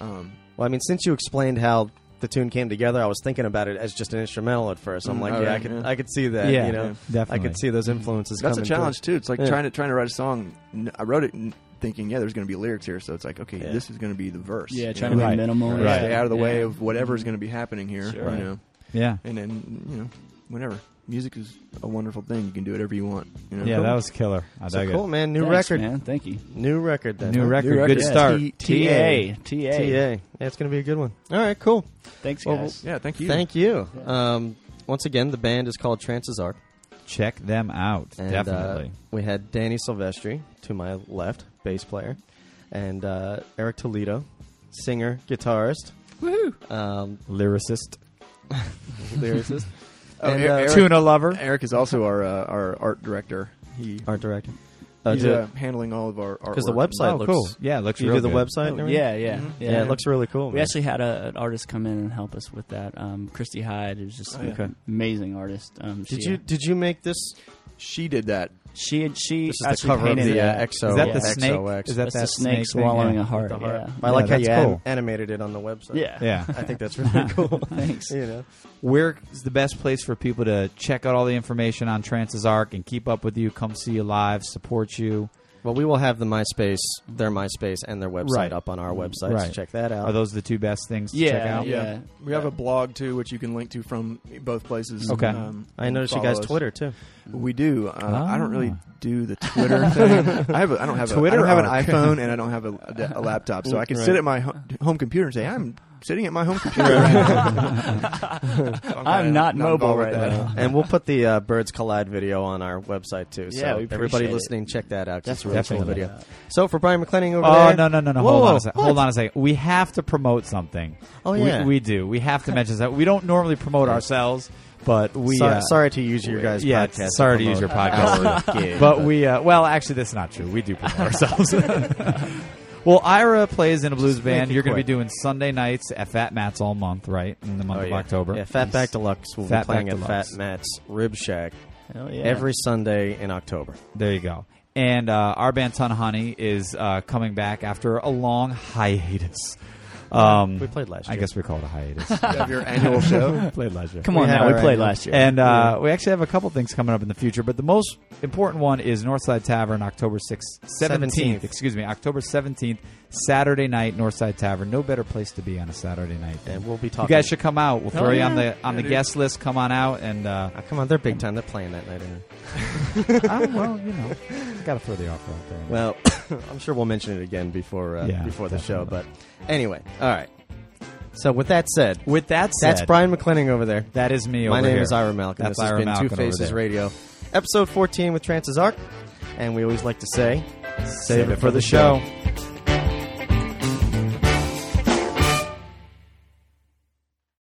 Um,
Well, I mean, since you explained how the tune came together, I was thinking about it as just an instrumental at first. I'm
Mm,
like,
all
yeah, I
right,
could,
yeah.
I could see that.
Yeah,
you know,
yeah,
I could
definitely.
see those influences.
that's a
coming through.
challenge too. It's like
Yeah.
trying to trying to write a song. N- I wrote it n- thinking, yeah, there's going to be lyrics here, so it's like, okay,
Yeah.
this is going to be the verse.
yeah,
you
trying
know?
to be
Right.
minimal,
Right.
yeah.
stay out of the
Yeah.
way of
Mm-hmm.
whatever's going to be happening here.
Sure.
You know,
yeah.
and then you know, whatever. Music is a wonderful thing. You can do whatever you want. You know?
Yeah, that was killer. I
So
dug it.
cool, man. New
Thanks,
record.
man. Thank you.
New record. Then.
New
huh?
record.
record.
Good
Yeah.
start.
T- TA. TA.
TA. Yeah, it's gonna be a good one. All right, cool.
Thanks,
Well,
guys.
Yeah, thank you.
Thank you. Um, once again, the band is called Trances Arc.
Check them out.
And, uh,
definitely.
we had Danny Silvestri to my left, bass player, and uh, Eric Toledo, singer, guitarist, woohoo, um,
Lyricist.
lyricist,
Oh,
and,
Eric-
uh,
Eric-
Tuna lover.
Eric is also our uh, our art director. He
art director.
He's
do it.
uh, handling all of our artwork.
Because the website
oh,
looks
cool. Yeah, it looks
You
real
do the
good.
website? and everything?
Yeah, yeah,
Mm-hmm. yeah,
yeah.
It looks really cool.
we
man.
actually had a, an artist come in and help us with that. Um, Christy Hyde, who's just
Oh, yeah.
an amazing artist. Um,
Did
she,
you did you make this?
She did that.
She she
This is the
actually
cover of
painted
the uh,
that.
XO.
Is that
Yeah.
the snake?
XOX.
Is that
That's the
that
snake,
thing?
swallowing
Yeah.
a heart.
The heart.
Yeah.
I like how
that's
you an-
cool.
animated it on the website.
yeah.
I
Yeah.
think that's really cool.
Thanks.
you know,
Where's the best place for people to check out all the information on Trances Arc and keep up with you, come see you live, support you?
well, we will have the MySpace, their MySpace, and their website
Right.
up on our website. So
Right.
check that out.
Are those the two best things to
Yeah,
check out?
yeah.
We have a blog too, which you can link to from both places. Um,
Okay.
I noticed you
follow
guys
us.
Twitter too.
We do. Uh, I don't really
Ah.
do the Twitter thing. I have. A, I don't have.
Twitter
A, I don't
arc.
have an iPhone and I don't have a, a laptop, so I can
Right.
sit at my ho- home computer and say, "I'm sitting at my home computer." right now." So kinda
I'm not mobile
involved with
right
that.
now.
and we'll put the uh, Birds Collide video on our website too.
Yeah,
so
we appreciate
everybody
it.
listening, check that out. 'cause It's a really cool
Definitely.
video. So for Brian McClenning over
Oh
there.
no no no no!
Whoa,
hold on
whoa,
a second.
what?
Hold on a second. We have to promote something.
Oh,
We-
yeah.
we, do. We have to mention that. We don't normally promote ourselves, but we.
Sorry,
uh,
sorry to use your guys'
yeah,
podcast. to
sorry to use your
promote
podcast.
our gig,
but we. Uh, well, actually, that's not true. We do promote ourselves. well, Ira plays in a blues band.
it
You're going to be
quick.
doing Sunday nights at Fat Matt's all month, right? In the month
Oh,
of
yeah.
October.
Yeah, Fatback Deluxe will
Fatback
be playing at
Deluxe.
Fat Matt's Rib Shack
Hell yeah.
every Sunday in October.
There you go. And uh, our band Ton Honey is uh, coming back after a long hiatus. Um,
We played last
I
year.
guess we call it a hiatus.
Of your annual show.
played last year.
Come on
We had
now, we
our
played
annual-
last year.
And uh, we actually have a couple things coming up in the future, but the most important one is Northside Tavern, October 6th, 17th,
17th.
excuse me, October 17th. Saturday night, Northside Tavern. No better place to be on a Saturday night. than-
And we'll be
You
talking.
guys should come out. We'll
Hell
throw you on
yeah.
the on the guest list. Come on out and uh,
Ah, come on, they're big time. They're playing that night. Anyway.
oh, well, you know, got to throw the offer out there.
Well, I'm sure we'll mention it again before uh,
Yeah,
before the show. But
definitely.
anyway, all right. So with that said,
With that said,
that's Brian McClenning over there.
That is me.
My
over
name
here.
is Ira Malcolm.
That's
this has
Ira
been
Malkin
Two
over
Faces
there.
Radio, episode 14 with Trances Arc, and we always like to say,
Save it for the show.